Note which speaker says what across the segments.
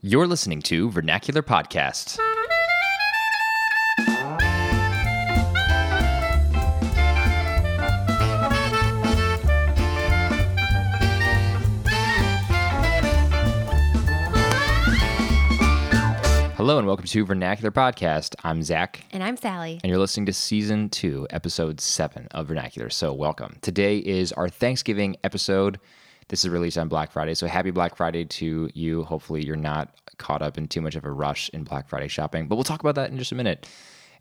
Speaker 1: You're listening to Vernacular Podcasts. Hello and welcome to Vernacular Podcast. I'm Zach,
Speaker 2: And I'm Sally.
Speaker 1: and you're listening to Season 2, Episode 7 of Vernacular. So, welcome. Today is our Thanksgiving episode. This is released on Black Friday. So, happy Black Friday to you. Hopefully, you're not caught up in too much of a rush in Black Friday shopping, but we'll talk about that in just a minute.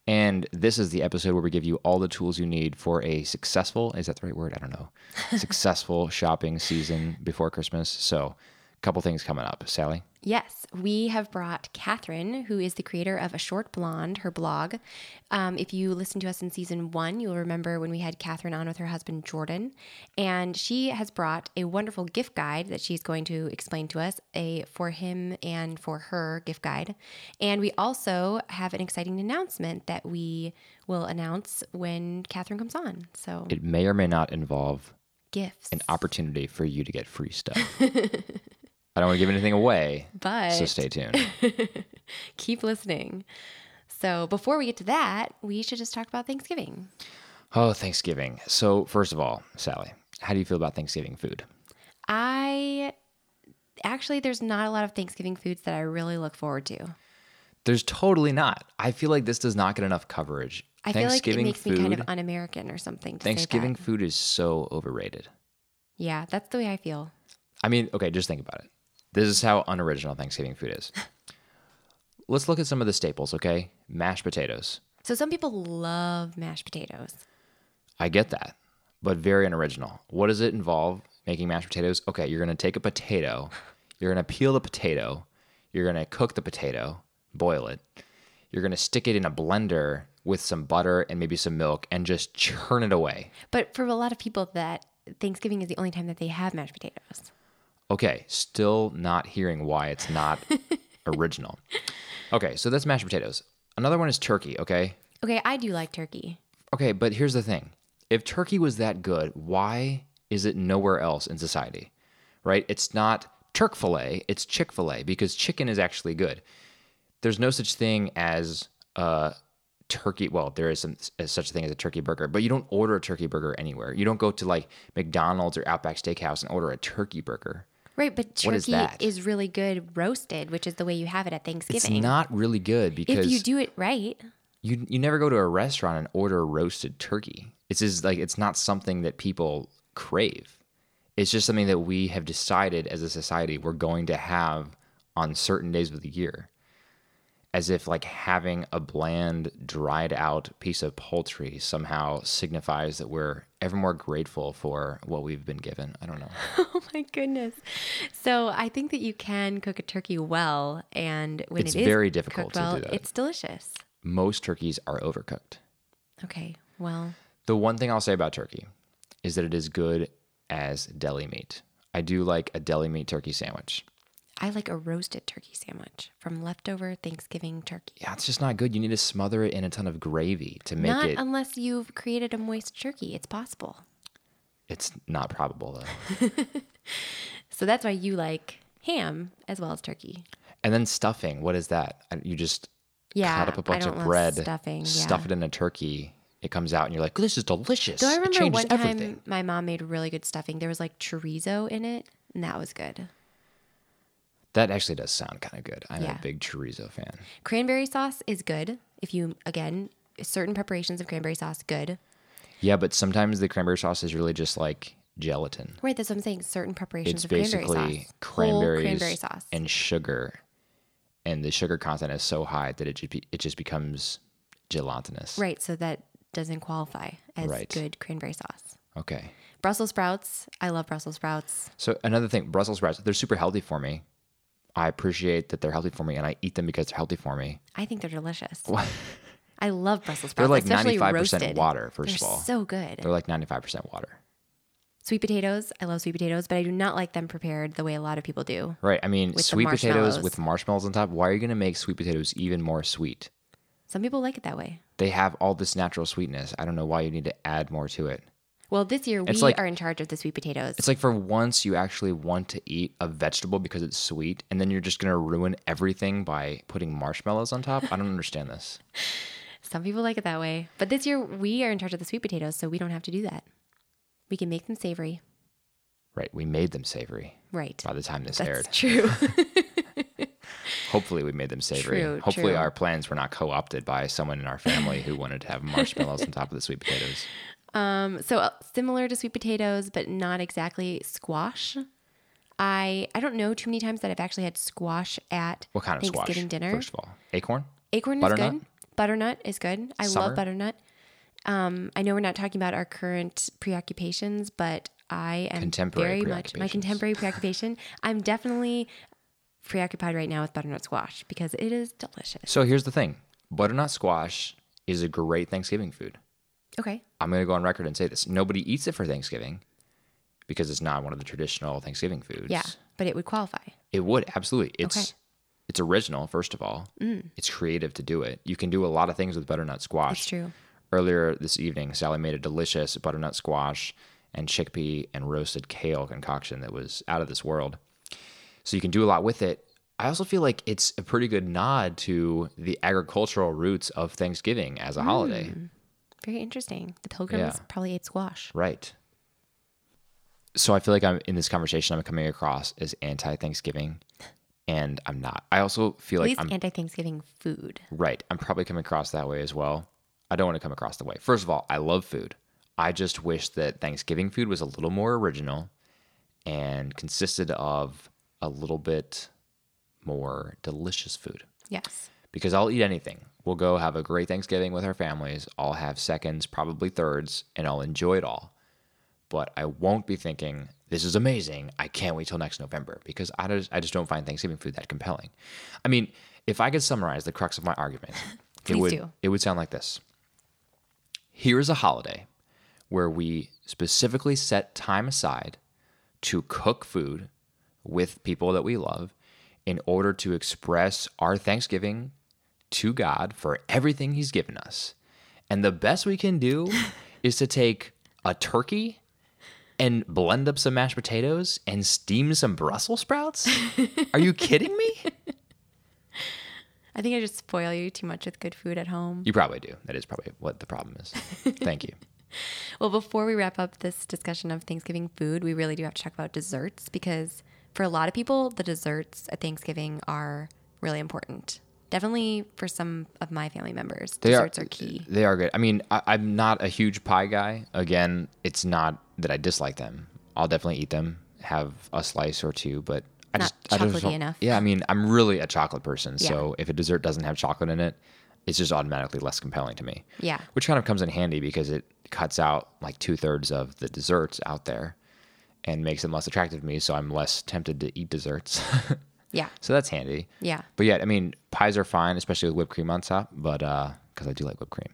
Speaker 1: And this is the episode where we give you all the tools you need for a successful, is that the right word? I don't know. successful shopping season before Christmas. So, a couple things coming up. Sally?
Speaker 2: Yes, we have brought Catherine, who is the creator of A Short Blonde, her blog. Um, if you listen to us in season one, you'll remember when we had Catherine on with her husband Jordan. And she has brought a wonderful gift guide that she's going to explain to us, a for him and for her gift guide. And we also have an exciting announcement that we will announce when Catherine comes on. So,
Speaker 1: It may or may not involve
Speaker 2: gifts.
Speaker 1: an opportunity for you to get free stuff. I don't want to give anything away,
Speaker 2: But
Speaker 1: so stay tuned.
Speaker 2: keep listening. So before we get to that, we should just talk about Thanksgiving.
Speaker 1: Oh, Thanksgiving. So, first of all, Sally, how do you feel about Thanksgiving food?
Speaker 2: I actually there's not a lot of Thanksgiving foods that I really look forward to.
Speaker 1: There's totally not. I feel like this does not get enough coverage.
Speaker 2: I feel like it makes me kind of un-American or something. To
Speaker 1: Thanksgiving
Speaker 2: Say
Speaker 1: food is so overrated.
Speaker 2: that. Yeah, that's the way I feel.
Speaker 1: I mean, okay, just think about it. This is how unoriginal Thanksgiving food is. Let's look at some of the staples, okay? Mashed potatoes.
Speaker 2: So some people love mashed potatoes.
Speaker 1: I get that, but very unoriginal. What does it involve making mashed potatoes? Okay, you're gonna take a potato, you're gonna peel the potato, you're gonna cook the potato, boil it, you're gonna stick it in a blender with some butter and maybe some milk and just churn it away.
Speaker 2: But for a lot of people that Thanksgiving is the only time that they have mashed potatoes.
Speaker 1: Okay, still not hearing why it's not original. Okay, so that's mashed potatoes. Another one is turkey, okay?
Speaker 2: Okay, I do like turkey.
Speaker 1: Okay, but here's the thing. If turkey was that good, why is it nowhere else in society? Right? It's not Turk filet, it's Chick fil A because chicken is actually good. There's no such thing as a turkey. Well, there is some, a such a thing as a turkey burger, but you don't order a turkey burger anywhere. You don't go to like McDonald's or Outback Steakhouse and order a turkey burger.
Speaker 2: Right, but
Speaker 1: What is
Speaker 2: turkey
Speaker 1: that?
Speaker 2: is really good roasted, which is the way you have it at
Speaker 1: It's
Speaker 2: Thanksgiving.
Speaker 1: not really good because
Speaker 2: if you do it right,
Speaker 1: you you never go to a restaurant and order roasted turkey. It's just like it's not something that people crave. It's just something that we have decided as a society we're going to have on certain days of the year. As if like having a bland, dried out piece of poultry somehow signifies that we're ever more grateful for what we've been given. I don't know.
Speaker 2: Oh my goodness. So I think that you can cook a turkey well and when
Speaker 1: It's
Speaker 2: it is
Speaker 1: very difficult
Speaker 2: cooked
Speaker 1: to do
Speaker 2: well,
Speaker 1: that.
Speaker 2: It's delicious.
Speaker 1: Most turkeys are overcooked.
Speaker 2: Okay. Well,
Speaker 1: The one thing I'll say about turkey is that it is good as deli meat. I do like a deli meat turkey sandwich.
Speaker 2: I like a roasted turkey sandwich from leftover Thanksgiving turkey.
Speaker 1: Yeah, it's just not good. You need to smother it in a ton of gravy to make
Speaker 2: Not
Speaker 1: it.
Speaker 2: unless you've created a moist turkey. It's possible.
Speaker 1: it's not probable though.
Speaker 2: So that's why you like ham as well as turkey.
Speaker 1: and then stuffing. What is that? I- You just
Speaker 2: Yeah.
Speaker 1: cut up a bunch
Speaker 2: I
Speaker 1: of
Speaker 2: don't love
Speaker 1: bread,
Speaker 2: Stuffing. Yeah.
Speaker 1: stuff it in a turkey. It comes out and you're like, this is delicious.
Speaker 2: Though I
Speaker 1: it
Speaker 2: remember
Speaker 1: changes
Speaker 2: one time
Speaker 1: everything.
Speaker 2: my mom made really good stuffing. There was like chorizo in it, and that was good.
Speaker 1: That actually does sound kind of good. I'm
Speaker 2: Yeah.
Speaker 1: a big chorizo fan.
Speaker 2: Cranberry sauce is good. If you, again, certain preparations of cranberry sauce, good.
Speaker 1: Yeah, but sometimes the cranberry sauce is really just like gelatin.
Speaker 2: Right, that's what I'm saying. Certain
Speaker 1: it's
Speaker 2: preparations of cranberry sauce.
Speaker 1: basically
Speaker 2: Whole
Speaker 1: cranberries,
Speaker 2: cranberry sauce.
Speaker 1: and sugar, and the sugar content is so high that it just be, it just becomes gelatinous.
Speaker 2: right, so that doesn't qualify as
Speaker 1: Right.
Speaker 2: good cranberry sauce.
Speaker 1: Okay.
Speaker 2: Brussels sprouts. I love Brussels sprouts.
Speaker 1: So another thing, Brussels sprouts, they're super healthy for me. I appreciate that they're healthy for me, and I eat them because they're healthy for me.
Speaker 2: I think they're delicious. I love Brussels
Speaker 1: They're
Speaker 2: sprouts.
Speaker 1: like ninety
Speaker 2: especially
Speaker 1: five percent
Speaker 2: roasted.
Speaker 1: water. 1st
Speaker 2: They're
Speaker 1: of all,
Speaker 2: so good.
Speaker 1: they're like ninety five percent water.
Speaker 2: sweet potatoes. I love sweet potatoes, but I do not like them prepared the way a lot of people do.
Speaker 1: Right. I mean,
Speaker 2: the
Speaker 1: sweet potatoes
Speaker 2: marshmallows.
Speaker 1: with marshmallows on top. Why are you going to make sweet potatoes even more sweet?
Speaker 2: Some people like it that way.
Speaker 1: They have all this natural sweetness. I don't know why you need to add more to it.
Speaker 2: Well, this year we
Speaker 1: It's like-
Speaker 2: are in charge of the sweet potatoes.
Speaker 1: It's like for once you actually want to eat a vegetable because it's sweet, and then you're just gonna ruin everything by putting marshmallows on top. I don't understand this.
Speaker 2: Some people like it that way. But this year we are in charge of the sweet potatoes, so we don't have to do that. We can make them savory.
Speaker 1: Right? We made them savory
Speaker 2: Right.
Speaker 1: by the time this
Speaker 2: That's
Speaker 1: aired.
Speaker 2: true.
Speaker 1: Hopefully, we made them savory.
Speaker 2: True,
Speaker 1: Hopefully,
Speaker 2: true.
Speaker 1: our plans were not co-opted by someone in our family who wanted to have marshmallows on top of the sweet potatoes.
Speaker 2: Um, so uh, similar to sweet potatoes, but not exactly squash. I I don't know too many times that I've actually had squash at
Speaker 1: What kind of squash?
Speaker 2: Thanksgiving dinner.
Speaker 1: First of all, acorn.
Speaker 2: Acorn
Speaker 1: butternut?
Speaker 2: is good. Butternut is good. I
Speaker 1: Summer?
Speaker 2: love butternut. Um, I know we're not talking about our current preoccupations, but I am
Speaker 1: Contemporary
Speaker 2: very much my
Speaker 1: preoccupations.
Speaker 2: contemporary preoccupation. I'm definitely preoccupied right now with butternut squash because it is delicious.
Speaker 1: So here's the thing: butternut squash is a great Thanksgiving food.
Speaker 2: Okay.
Speaker 1: I'm going to go on record and say this. Nobody eats it for Thanksgiving because it's not one of the traditional Thanksgiving foods.
Speaker 2: Yeah, but it would qualify.
Speaker 1: It would absolutely. It's
Speaker 2: Okay. Mm.
Speaker 1: it's original first of all. It's creative to do it. You can do a lot of things with butternut squash.
Speaker 2: It's true.
Speaker 1: Earlier this evening, Sally made a delicious butternut squash and chickpea and roasted kale concoction that was out of this world. So you can do a lot with it. I also feel like it's a pretty good nod to the agricultural roots of Thanksgiving as a holiday.
Speaker 2: Mm. Very interesting. The pilgrims
Speaker 1: Yeah.
Speaker 2: probably ate squash.
Speaker 1: Right. So I feel like I'm in this conversation. I'm coming across as anti-Thanksgiving, and I'm not. I also feel
Speaker 2: At
Speaker 1: like
Speaker 2: least
Speaker 1: I'm
Speaker 2: anti Thanksgiving food.
Speaker 1: right. I'm probably coming across that way as well. I don't want to come across the way. First of all, I love food. I just wish that Thanksgiving food was a little more original and consisted of a little bit more delicious food
Speaker 2: Yes.
Speaker 1: because I'll eat anything. We'll go have a great Thanksgiving with our families. I'll have seconds, probably thirds, and I'll enjoy it all. But I won't be thinking, this is amazing. I can't wait till next November because I just, I just don't find Thanksgiving food that compelling. I mean, if I could summarize the crux of my argument, it
Speaker 2: Please
Speaker 1: would
Speaker 2: do.
Speaker 1: it would sound like this. Here is a holiday where we specifically set time aside to cook food with people that we love in order to express our thanksgiving to God for everything He's given us. And the best we can do is to take a turkey and blend up some mashed potatoes and steam some Brussels sprouts? Are you kidding me?
Speaker 2: I think I just spoil you too much with good food at home.
Speaker 1: You probably do. That is probably what the problem is. Thank you.
Speaker 2: Well, before we wrap up this discussion of Thanksgiving food, we really do have to talk about desserts because for a lot of people, the desserts at Thanksgiving are really important. Definitely for some of my family members, desserts are key.
Speaker 1: They are good. I mean, I, I'm not a huge pie guy. Again, it's not that I dislike them. I'll definitely eat them, have a slice or two, but I
Speaker 2: Not
Speaker 1: just I
Speaker 2: chocolatey
Speaker 1: just don't-
Speaker 2: enough.
Speaker 1: Yeah, I mean, I'm really a chocolate person. So if a dessert doesn't have chocolate in it, it's just automatically less compelling to me.
Speaker 2: Yeah.
Speaker 1: Which kind of comes in handy because it cuts out like two thirds of the desserts out there and makes them less attractive to me. So I'm less tempted to eat desserts.
Speaker 2: Yeah.
Speaker 1: so that's handy.
Speaker 2: Yeah.
Speaker 1: But yeah, I mean, pies are fine, especially with whipped cream on top. But because I do like whipped cream,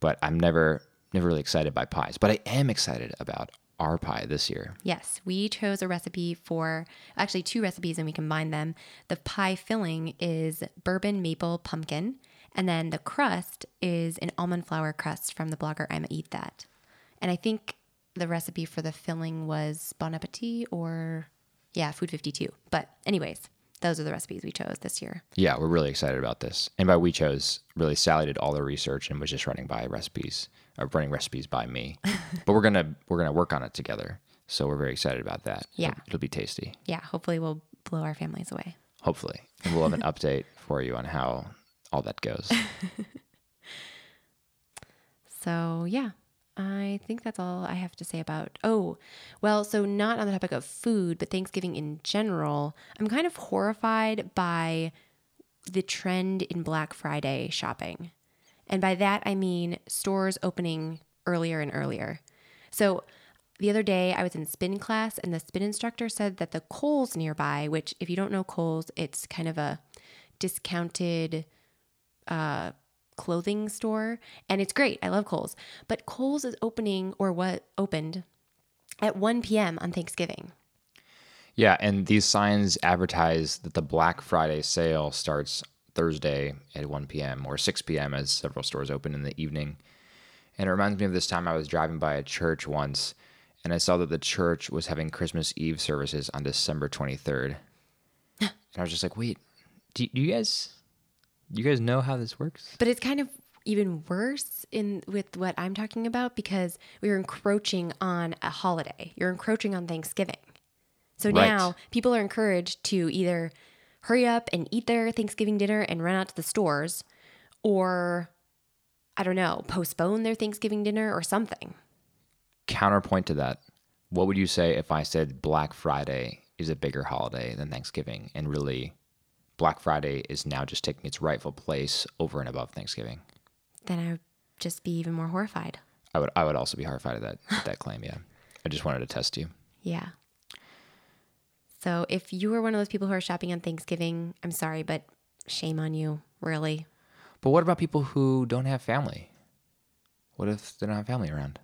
Speaker 1: but I'm never never really excited by pies. But I am excited about our pie this year.
Speaker 2: Yes, we chose a recipe for actually two recipes and we combined them. The pie filling is bourbon maple pumpkin, and then the crust is an almond flour crust from the blogger I'ma Eat That. And I think the recipe for the filling was Bon Appetit or, yeah, Food 52. But, anyways, those are the recipes we chose this year.
Speaker 1: Yeah, we're really excited about this. And by we chose, really Sally did all the research and was just running by recipes or running recipes by me. but we're gonna we're gonna work on it together. So we're very excited about that.
Speaker 2: Yeah.
Speaker 1: It'll- it'll be tasty.
Speaker 2: Yeah, hopefully we'll blow our families away.
Speaker 1: Hopefully, and we'll have an update for you on how all that goes.
Speaker 2: So, yeah, I think that's all I have to say about. Oh, well, so not on the topic of food, but Thanksgiving in general, I'm kind of horrified by the trend in Black Friday shopping. And by that, I mean stores opening earlier and earlier. So, the other day, I was in spin class, and the spin instructor said that the Kohl's nearby, which, if you don't know Kohl's, it's kind of a discounted clothing store and it's great. I love Kohl's. But Kohl's is opening or what opened at 1 p.m. on Thanksgiving.
Speaker 1: Yeah, and these signs advertise that the Black Friday sale starts Thursday at 1 p.m. or 6 p.m. as several stores open in the evening. And it reminds me of this time I was driving by a church once and I saw that the church was having Christmas Eve services on December 23rd. and I was just like, wait, do, do you guys you guys know how this works?
Speaker 2: But it's kind of even worse in with what I'm talking about because we're encroaching on a holiday. You're encroaching on Thanksgiving. So
Speaker 1: Right.
Speaker 2: now people are encouraged to either hurry up and eat their Thanksgiving dinner and run out to the stores or I don't know, postpone their Thanksgiving dinner or something.
Speaker 1: Counterpoint to that, what would you say if I said Black Friday is a bigger holiday than Thanksgiving and really Black Friday is now just taking its rightful place over and above Thanksgiving?
Speaker 2: Then I would just be even more horrified.
Speaker 1: I would I would also be horrified at that that claim, yeah. I just wanted to test you.
Speaker 2: Yeah. So if you are one of those people who are shopping on Thanksgiving, I'm sorry, but shame on you, really.
Speaker 1: But what about people who don't have family? What if they don't have family around?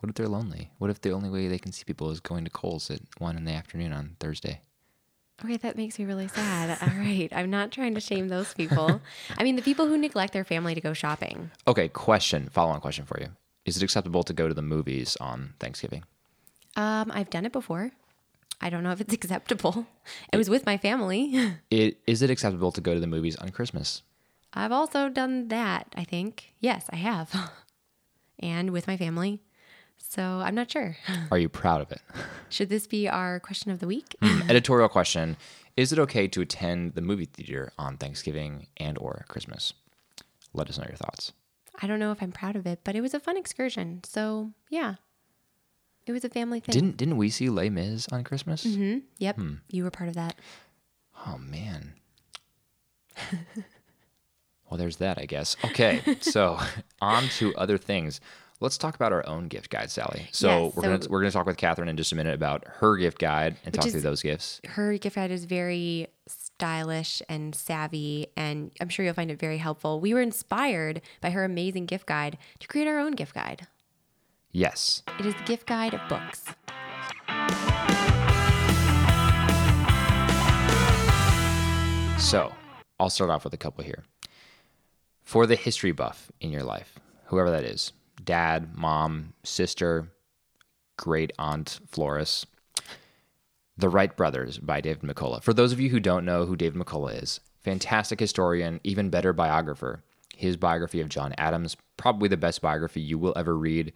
Speaker 1: What if they're lonely? What if the only way they can see people is going to Cole's at one in the afternoon on Thursday?
Speaker 2: Okay, that makes me really sad. All right. I'm not trying to shame those people. I mean, the people who neglect their family to go shopping.
Speaker 1: Okay, question, follow on question for you. Is it acceptable to go to the movies on Thanksgiving?
Speaker 2: Um, I've done it before. I don't know if it's acceptable. It was with my family.
Speaker 1: It, is it acceptable to go to the movies on Christmas?
Speaker 2: I've also done that, I think. Yes, I have. And with my family. So I'm not sure.
Speaker 1: Are you proud of it? Hmm.
Speaker 2: Should this be our question of the week?
Speaker 1: Editorial question Is it okay to attend the movie theater on Thanksgiving and or Christmas? Let us know your thoughts.
Speaker 2: I don't know if I'm proud of it, but it was a fun excursion. So yeah. It was a family thing.
Speaker 1: Didn't didn't we see Les Mis on Christmas?
Speaker 2: hmm Yep. You were part of that.
Speaker 1: Oh man. well, there's that, I guess. Okay, so on to other things. Let's talk about our own gift guide, Sally. So
Speaker 2: Yes,
Speaker 1: we're
Speaker 2: so-
Speaker 1: gonna we're gonna talk with Catherine in just a minute about her gift guide and talk
Speaker 2: is-
Speaker 1: through those gifts.
Speaker 2: her gift guide is very stylish and savvy and i'm sure you'll find it very helpful we were inspired by her amazing gift guide to create our own gift guide
Speaker 1: Yes.
Speaker 2: it is the gift guide of books
Speaker 1: So I'll start off with a couple here. For the history buff in your life, whoever that is, dad, mom, sister, great aunt Floris, The Wright Brothers by David McCullough. For those of you who don't know who David McCullough is, fantastic historian, even better biographer. His biography of John Adams, probably the best biography you will ever read,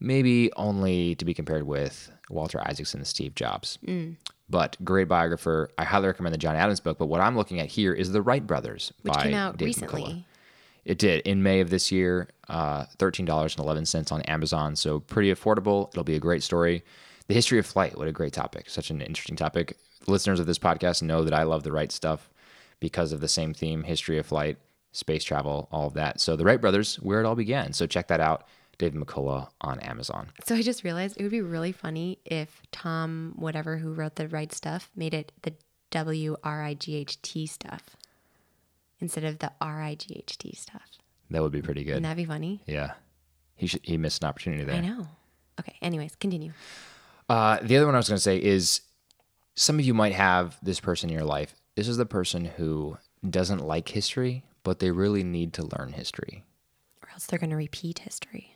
Speaker 1: maybe only to be compared with Walter Isaacson and Steve Jobs.
Speaker 2: Mm.
Speaker 1: But great biographer. I highly recommend the John Adams book. But what I'm looking at here is The Wright Brothers,
Speaker 2: which
Speaker 1: by
Speaker 2: came out
Speaker 1: David
Speaker 2: recently
Speaker 1: McCullough. It did in May of this year, uh, $13.11 on Amazon. So pretty affordable. It'll be a great story. The history of flight, what a great topic. Such an interesting topic. Listeners of this podcast know that I love the right stuff because of the same theme history of flight, space travel, all of that. So the Wright brothers, where it all began. So check that out. David McCullough on Amazon.
Speaker 2: so i just realized it would be really funny if tom whatever who wrote the right stuff made it the w-r-i-g-h-t stuff instead of the r-i-g-h-t stuff
Speaker 1: That would be pretty good.
Speaker 2: wouldn't that be funny
Speaker 1: Yeah. He, should, he missed an opportunity there.
Speaker 2: i know okay anyways continue
Speaker 1: Uh, the other one I was going to say is some of you might have this person in your life. This is the person who doesn't like history, but they really need to learn history.
Speaker 2: or else they're going to repeat history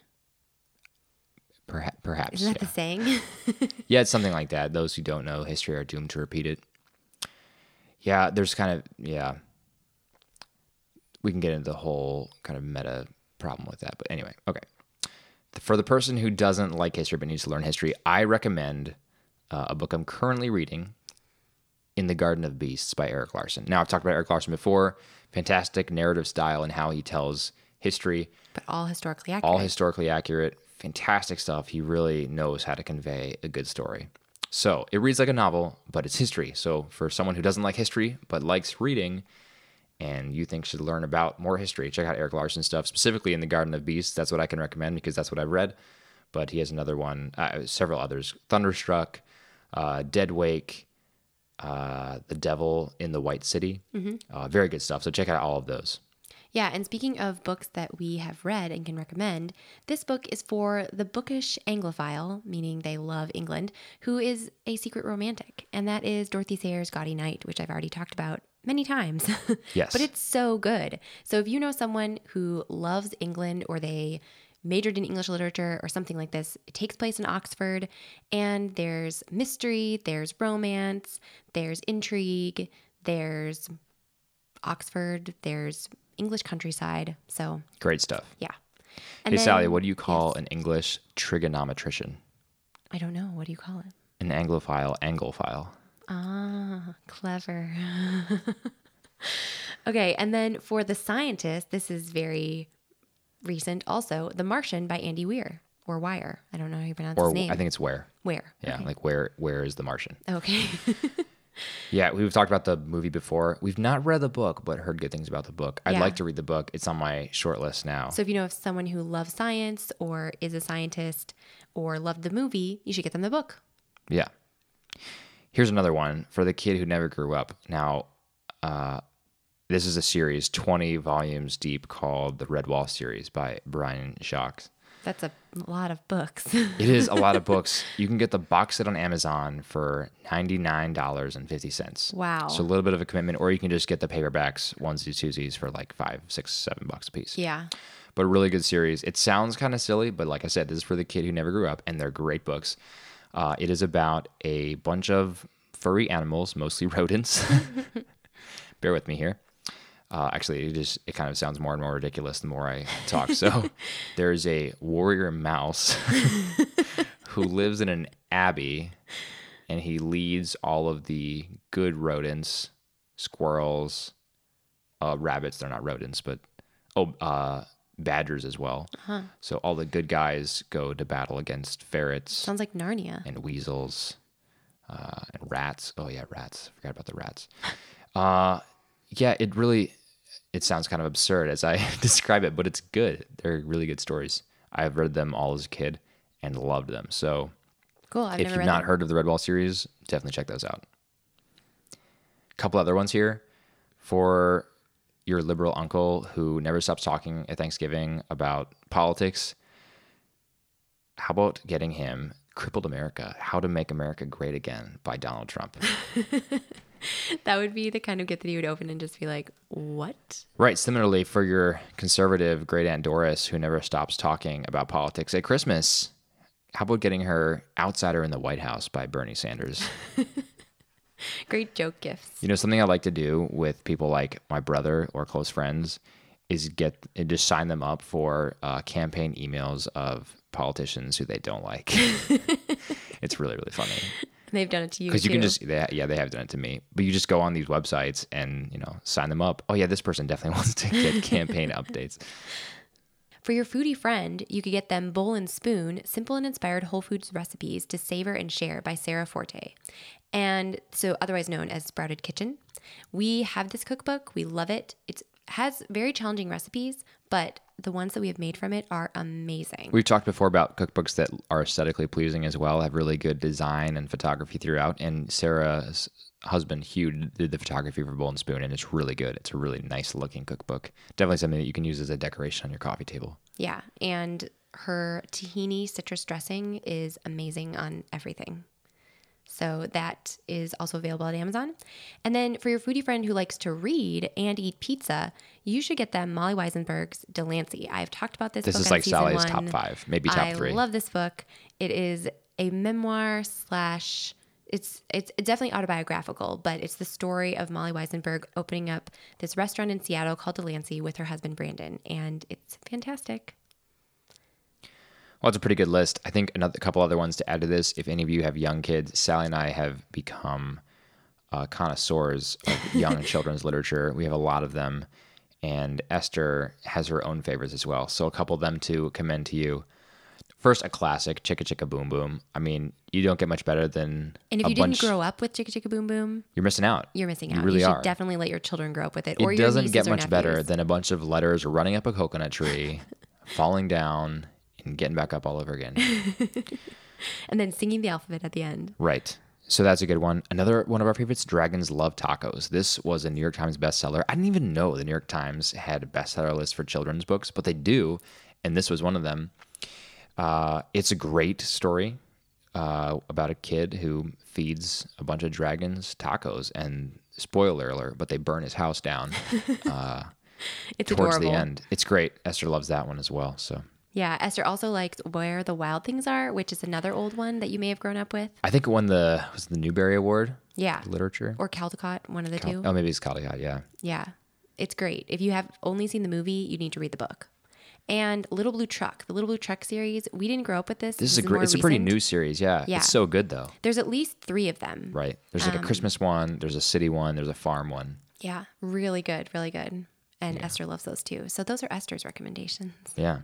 Speaker 1: Perha- perhaps.
Speaker 2: isn't that
Speaker 1: yeah.
Speaker 2: the saying
Speaker 1: yeah, it's something like that. Those who don't know history are doomed to repeat it. Yeah, there's kind of, yeah. We can get into the whole kind of meta problem with that. But anyway, okay. For the person who doesn't like history but needs to learn history, I recommend uh, a book I'm currently reading In the Garden of Beasts by Eric Larson. Now, I've talked about Eric Larson before. Fantastic narrative style and how he tells history
Speaker 2: but all historically accurate
Speaker 1: all historically accurate, fantastic stuff. He really knows how to convey a good story. So it reads like a novel, but it's history. So for someone who doesn't like history but likes reading, and you think should learn about more history, check out Eric Larson stuff, specifically in the Garden of Beasts. That's what I can recommend because that's what I've read. But he has another one, uh, several others: Thunderstruck, uh, Dead Wake, uh, The Devil in the White City.
Speaker 2: Mm-hmm.
Speaker 1: Uh, very good stuff. So check out all of those.
Speaker 2: Yeah, and speaking of books that we have read and can recommend, this book is for the bookish Anglophile, meaning they love England, who is a secret romantic. And that is Dorothy Sayers' Gaudy Night, which I've already talked about many times.
Speaker 1: Yes.
Speaker 2: but it's so good. So if you know someone who loves England or they majored in English literature or something like this, it takes place in Oxford and there's mystery, there's romance, there's intrigue, there's Oxford, there's English countryside. So,
Speaker 1: Great stuff.
Speaker 2: yeah. And
Speaker 1: hey, Sally,
Speaker 2: then-
Speaker 1: what do you call an English trigonometrician?
Speaker 2: I don't know. What do you call it?
Speaker 1: An Anglophile, Anglophile.
Speaker 2: Ah, clever. okay, and then for The Scientist, this is very recent also The Martian by Andy Weir or Wire. I don't know how you pronounce
Speaker 1: Or
Speaker 2: his name.
Speaker 1: I think it's where.
Speaker 2: Where.
Speaker 1: Yeah, like where where is the Martian?
Speaker 2: Okay.
Speaker 1: Yeah, we've talked about the movie before. We've not read the book, but heard good things about the book. I'd
Speaker 2: Yeah.
Speaker 1: like to read the book. It's on my short list now.
Speaker 2: so if you know of someone who loves science or is a scientist or loved the movie, you should get them the book.
Speaker 1: yeah. Here's another one for the kid who never grew up. Now, uh, this is a series 20 volumes deep called the Red Wall series by Brian Jacques.
Speaker 2: That's a lot of books.
Speaker 1: It is a lot of books. You can get the box set on Amazon for $99.50.
Speaker 2: wow.
Speaker 1: So a little bit of a commitment, or you can just get the paperbacks, onesies, twosies for like five, six, seven bucks a piece.
Speaker 2: yeah.
Speaker 1: But really good series. It sounds kind of silly, but like I said, this is for the kid who never grew up, and they're great books. Uh, it is about a bunch of furry animals, mostly rodents. Bear with me here. Uh, actually, it just it kind of sounds more and more ridiculous the more I talk. So there's a warrior mouse who lives in an abbey and he leads all of the good rodents, squirrels, uh, rabbits. They're not rodents, but oh, uh, badgers as well. So all the good guys go to battle against ferrets
Speaker 2: Sounds like Narnia.
Speaker 1: and weasels uh, and rats. Oh yeah, rats. Forgot about the rats. Uh, yeah, it really it sounds kind of absurd as I describe it, but it's good. They're really good stories. I've read them all as a kid and loved them. So
Speaker 2: Cool. I've
Speaker 1: if
Speaker 2: never
Speaker 1: you've
Speaker 2: read
Speaker 1: not
Speaker 2: that.
Speaker 1: heard of the Redwall series, definitely check those out. Couple other ones here for your liberal uncle who never stops talking at Thanksgiving about politics. How about getting him "Crippled America: How to Make America Great Again" by Donald Trump?
Speaker 2: That would be the kind of gift that you would open and just be like, what?
Speaker 1: Right. Similarly, for your conservative great aunt Doris, who never stops talking about politics at Christmas, how about getting her "Outsider in the White House" by Bernie Sanders?
Speaker 2: Great joke gifts.
Speaker 1: You know, something I like to do with people like my brother or close friends is get and just sign them up for uh, campaign emails of politicians who they don't like. it's really really funny
Speaker 2: And they've done it to you.
Speaker 1: because you
Speaker 2: too.
Speaker 1: can just they, yeah they have done it to me, but you just go on these websites and you know sign them up. Oh yeah, this person definitely wants to get campaign updates.
Speaker 2: For your foodie friend, you could get them Bowl and Spoon, simple and inspired Whole Foods recipes to savor and share by Sarah Forte. And so otherwise known as Sprouted Kitchen. We have this cookbook, we love it. It has very challenging recipes, but the ones that we have made from it are amazing.
Speaker 1: We've talked before about cookbooks that are aesthetically pleasing as well, have really good design and photography throughout. And Sarah's husband, Hugh, did the photography for Bowl and Spoon, and it's really good. It's a really nice looking cookbook. Definitely something that you can use as a decoration on your coffee table.
Speaker 2: yeah, and her tahini citrus dressing is amazing on everything. So that is also available at Amazon. And then for your foodie friend who likes to read and eat pizza, you should get them Molly Weisenberg's Delancey. I've talked about this.
Speaker 1: This
Speaker 2: book
Speaker 1: is
Speaker 2: on
Speaker 1: like
Speaker 2: season
Speaker 1: Sally's
Speaker 2: one.
Speaker 1: top five, maybe top
Speaker 2: I
Speaker 1: three.
Speaker 2: love this book. It is a memoir slash. It's it's definitely autobiographical, but it's the story of Molly Weisenberg opening up this restaurant in Seattle called Delancey with her husband Brandon, and it's fantastic.
Speaker 1: Well, it's a pretty good list. I think another couple other ones to add to this. If any of you have young kids, Sally and I have become uh, connoisseurs of young children's literature. We have a lot of them, and Esther has her own favorites as well. So a couple of them to commend to you. First, a classic, Chicka Chicka Boom Boom. I mean, you don't get much better than
Speaker 2: And if
Speaker 1: a
Speaker 2: you
Speaker 1: bunch.
Speaker 2: didn't grow up with Chicka Chicka Boom Boom,
Speaker 1: you're missing out.
Speaker 2: you're missing
Speaker 1: You
Speaker 2: out.
Speaker 1: really
Speaker 2: should
Speaker 1: are.
Speaker 2: definitely let your children grow up with it. or
Speaker 1: It
Speaker 2: your
Speaker 1: doesn't
Speaker 2: nieces
Speaker 1: get
Speaker 2: or
Speaker 1: much better
Speaker 2: nephews.
Speaker 1: than a bunch of letters running up a coconut tree, falling down, and getting back up all over again.
Speaker 2: And then singing the alphabet at the end.
Speaker 1: Right. So that's a good one. Another one of our favorites, Dragons Love Tacos. This was a New York Times bestseller. I didn't even know the New York Times had a bestseller list for children's books, but they do. And this was one of them. Uh, it's a great story uh, about a kid who feeds a bunch of dragons tacos and spoiler alert, but they burn his house down uh,
Speaker 3: It's
Speaker 1: towards
Speaker 3: adorable.
Speaker 1: the end. It's great. Esther loves that one as well. So
Speaker 3: Yeah, Esther also likes Where the Wild Things Are, which is another old one that you may have grown up with.
Speaker 1: I think it won the was it the Newbery Award
Speaker 3: Yeah.
Speaker 1: for literature.
Speaker 3: Or Caldecott, one of the two.
Speaker 1: Oh, maybe it's Caldecott. Yeah,
Speaker 3: Yeah. It's great. If you have only seen the movie, you need to read the book. And Little Blue Truck, the Little Blue Truck series, we didn't grow up with this.
Speaker 1: this is a
Speaker 3: more
Speaker 1: great. It's a pretty
Speaker 3: recent.
Speaker 1: new series. Yeah.
Speaker 3: Yeah.
Speaker 1: it's so good though.
Speaker 3: There's at least three of them.
Speaker 1: Right. There's like a Christmas one. There's a city one. There's a farm one.
Speaker 3: Yeah. Really good. Really good. And Esther loves those too. So those are Esther's recommendations.
Speaker 1: Yeah.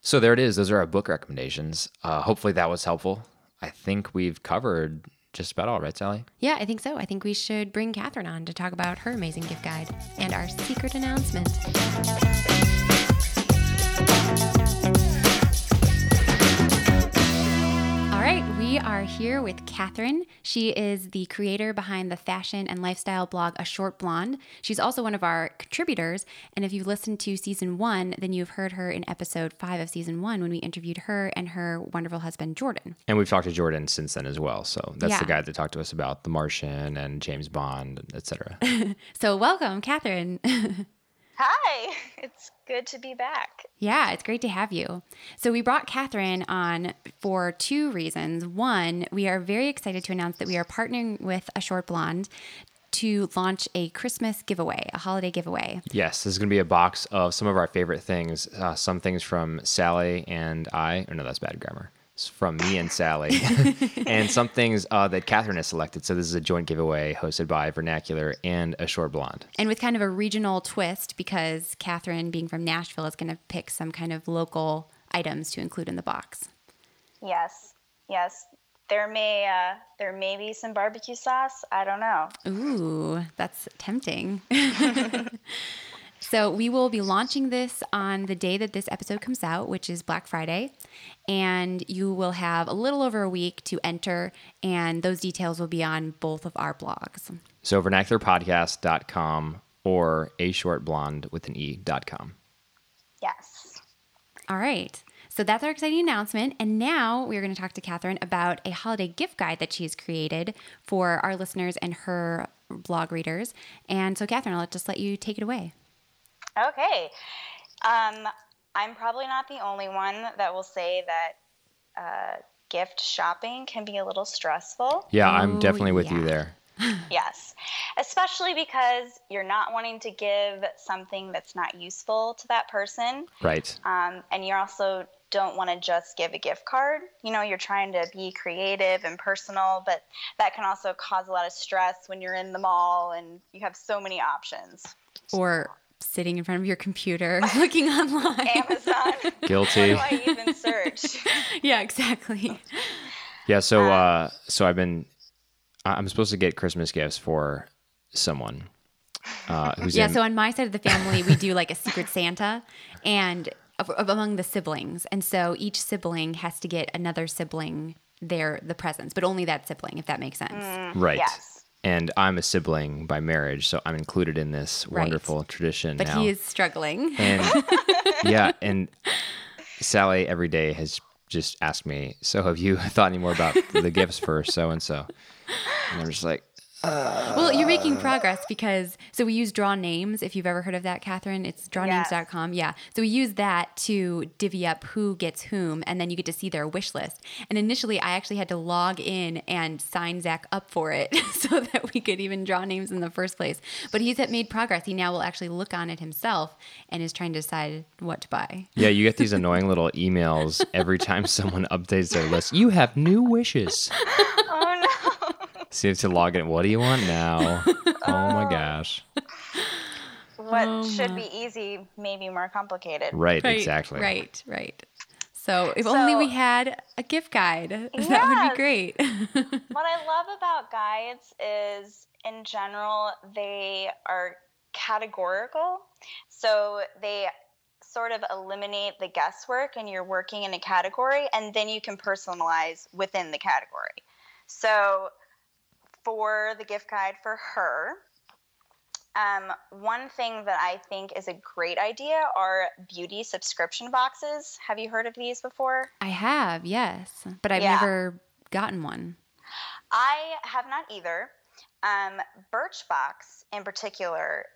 Speaker 1: So there it is. Those are our book recommendations. Uh, hopefully that was helpful. I think we've covered just about all, right, Sally?
Speaker 3: Yeah, I think so. I think we should bring Catherine on to talk about her amazing gift guide and our secret announcement.
Speaker 2: All right, we are here with Catherine. She is the creator behind the fashion and lifestyle blog A Short Blonde. She's also one of our contributors. And if you've listened to season one, then you've heard her in episode five of season one when we interviewed her and her wonderful husband, Jordan.
Speaker 1: And we've talked to Jordan since then as well. So that's the
Speaker 2: Yeah.
Speaker 1: guy that talked to us about The Martian and James Bond, etc.
Speaker 2: So, welcome, Catherine.
Speaker 4: Hi, it's good to be back.
Speaker 2: Yeah, it's great to have you. So, we brought Catherine on for two reasons. One, we are very excited to announce that we are partnering with A Short Blonde to launch a Christmas giveaway, a holiday giveaway.
Speaker 1: yes, this is going to be a box of some of our favorite things. Uh, some things from Sally and I. Or no, that's bad grammar. It's from me and Sally. and some things uh, that Catherine has selected. So this is a joint giveaway hosted by Vernacular and A Short Blonde.
Speaker 2: and with kind of a regional twist because Catherine, being from Nashville, is going to pick some kind of local items to include in the box.
Speaker 4: Yes, yes. There may uh, there may be some barbecue sauce. I don't know.
Speaker 2: Ooh, that's tempting. so we will be launching this on the day that this episode comes out, which is Black Friday, and you will have a little over a week to enter, and those details will be on both of our blogs.
Speaker 1: So vernacularpodcast.com or a short blonde with an e dot com.
Speaker 4: Yes.
Speaker 2: All right. So that's our exciting announcement. And now we're going to talk to Catherine about a holiday gift guide that she's created for our listeners and her blog readers. And so, Catherine, I'll just let you take it away.
Speaker 4: Okay. Um, I'm probably not the only one that will say that uh, gift shopping can be a little stressful.
Speaker 1: Yeah, I'm
Speaker 2: Oh,
Speaker 1: definitely with you
Speaker 2: yeah.
Speaker 1: there.
Speaker 4: Yes, especially because you're not wanting to give something that's not useful to that person.
Speaker 1: Right.
Speaker 4: Um, and you also don't want to just give a gift card. You know, you're trying to be creative and personal, but that can also cause a lot of stress when you're in the mall and you have so many options.
Speaker 2: Or sitting in front of your computer looking online.
Speaker 4: Amazon.
Speaker 1: Guilty.
Speaker 4: Why even search?
Speaker 2: yeah, exactly.
Speaker 1: Yeah, so uh so I've been I- I'm supposed to get Christmas gifts for someone. Uh who's
Speaker 2: Yeah,
Speaker 1: in,
Speaker 2: so on my side of the family, we do like a secret Santa and of- of- among the siblings. And so each sibling has to get another sibling their the presents, but only that sibling if that makes sense.
Speaker 1: right.
Speaker 4: Yes.
Speaker 1: And I'm a sibling by marriage, so I'm included in this
Speaker 2: Right.
Speaker 1: wonderful tradition
Speaker 2: But
Speaker 1: now.
Speaker 2: he is struggling.
Speaker 1: and yeah, and Sally every day has just asked me, "So have you thought any more about the gifts for so and so?" And I'm just like,
Speaker 2: Well, you're making progress because so we use draw names. If you've ever heard of that, Catherine, it's drawnames.com. Yeah. So we use that to divvy up who gets whom, and then you get to see their wish list. And initially, I actually had to log in and sign Zach up for it so that we could even draw names in the first place. But he's had made progress. He now will actually look on it himself and is trying to decide what to buy.
Speaker 1: Yeah, you get these annoying little emails every time someone updates their list. You have new wishes.
Speaker 4: Oh no.
Speaker 1: So you have to log in. What do you want now? Oh my gosh.
Speaker 4: What should be easy may be more complicated.
Speaker 1: Right, exactly.
Speaker 2: Right, right. So if only we had a gift guide, that would be
Speaker 4: Yes.
Speaker 2: great.
Speaker 4: What I love about guides is, in general, they are categorical. So they sort of eliminate the guesswork, and you're working in a category, and then you can personalize within the category. So for the gift guide for her, um, one thing that I think is a great idea are beauty subscription boxes. Have you heard of these before?
Speaker 2: I have, yes, but I've
Speaker 4: Yeah.
Speaker 2: never gotten one.
Speaker 4: I have not either. Um, Birchbox, in particular,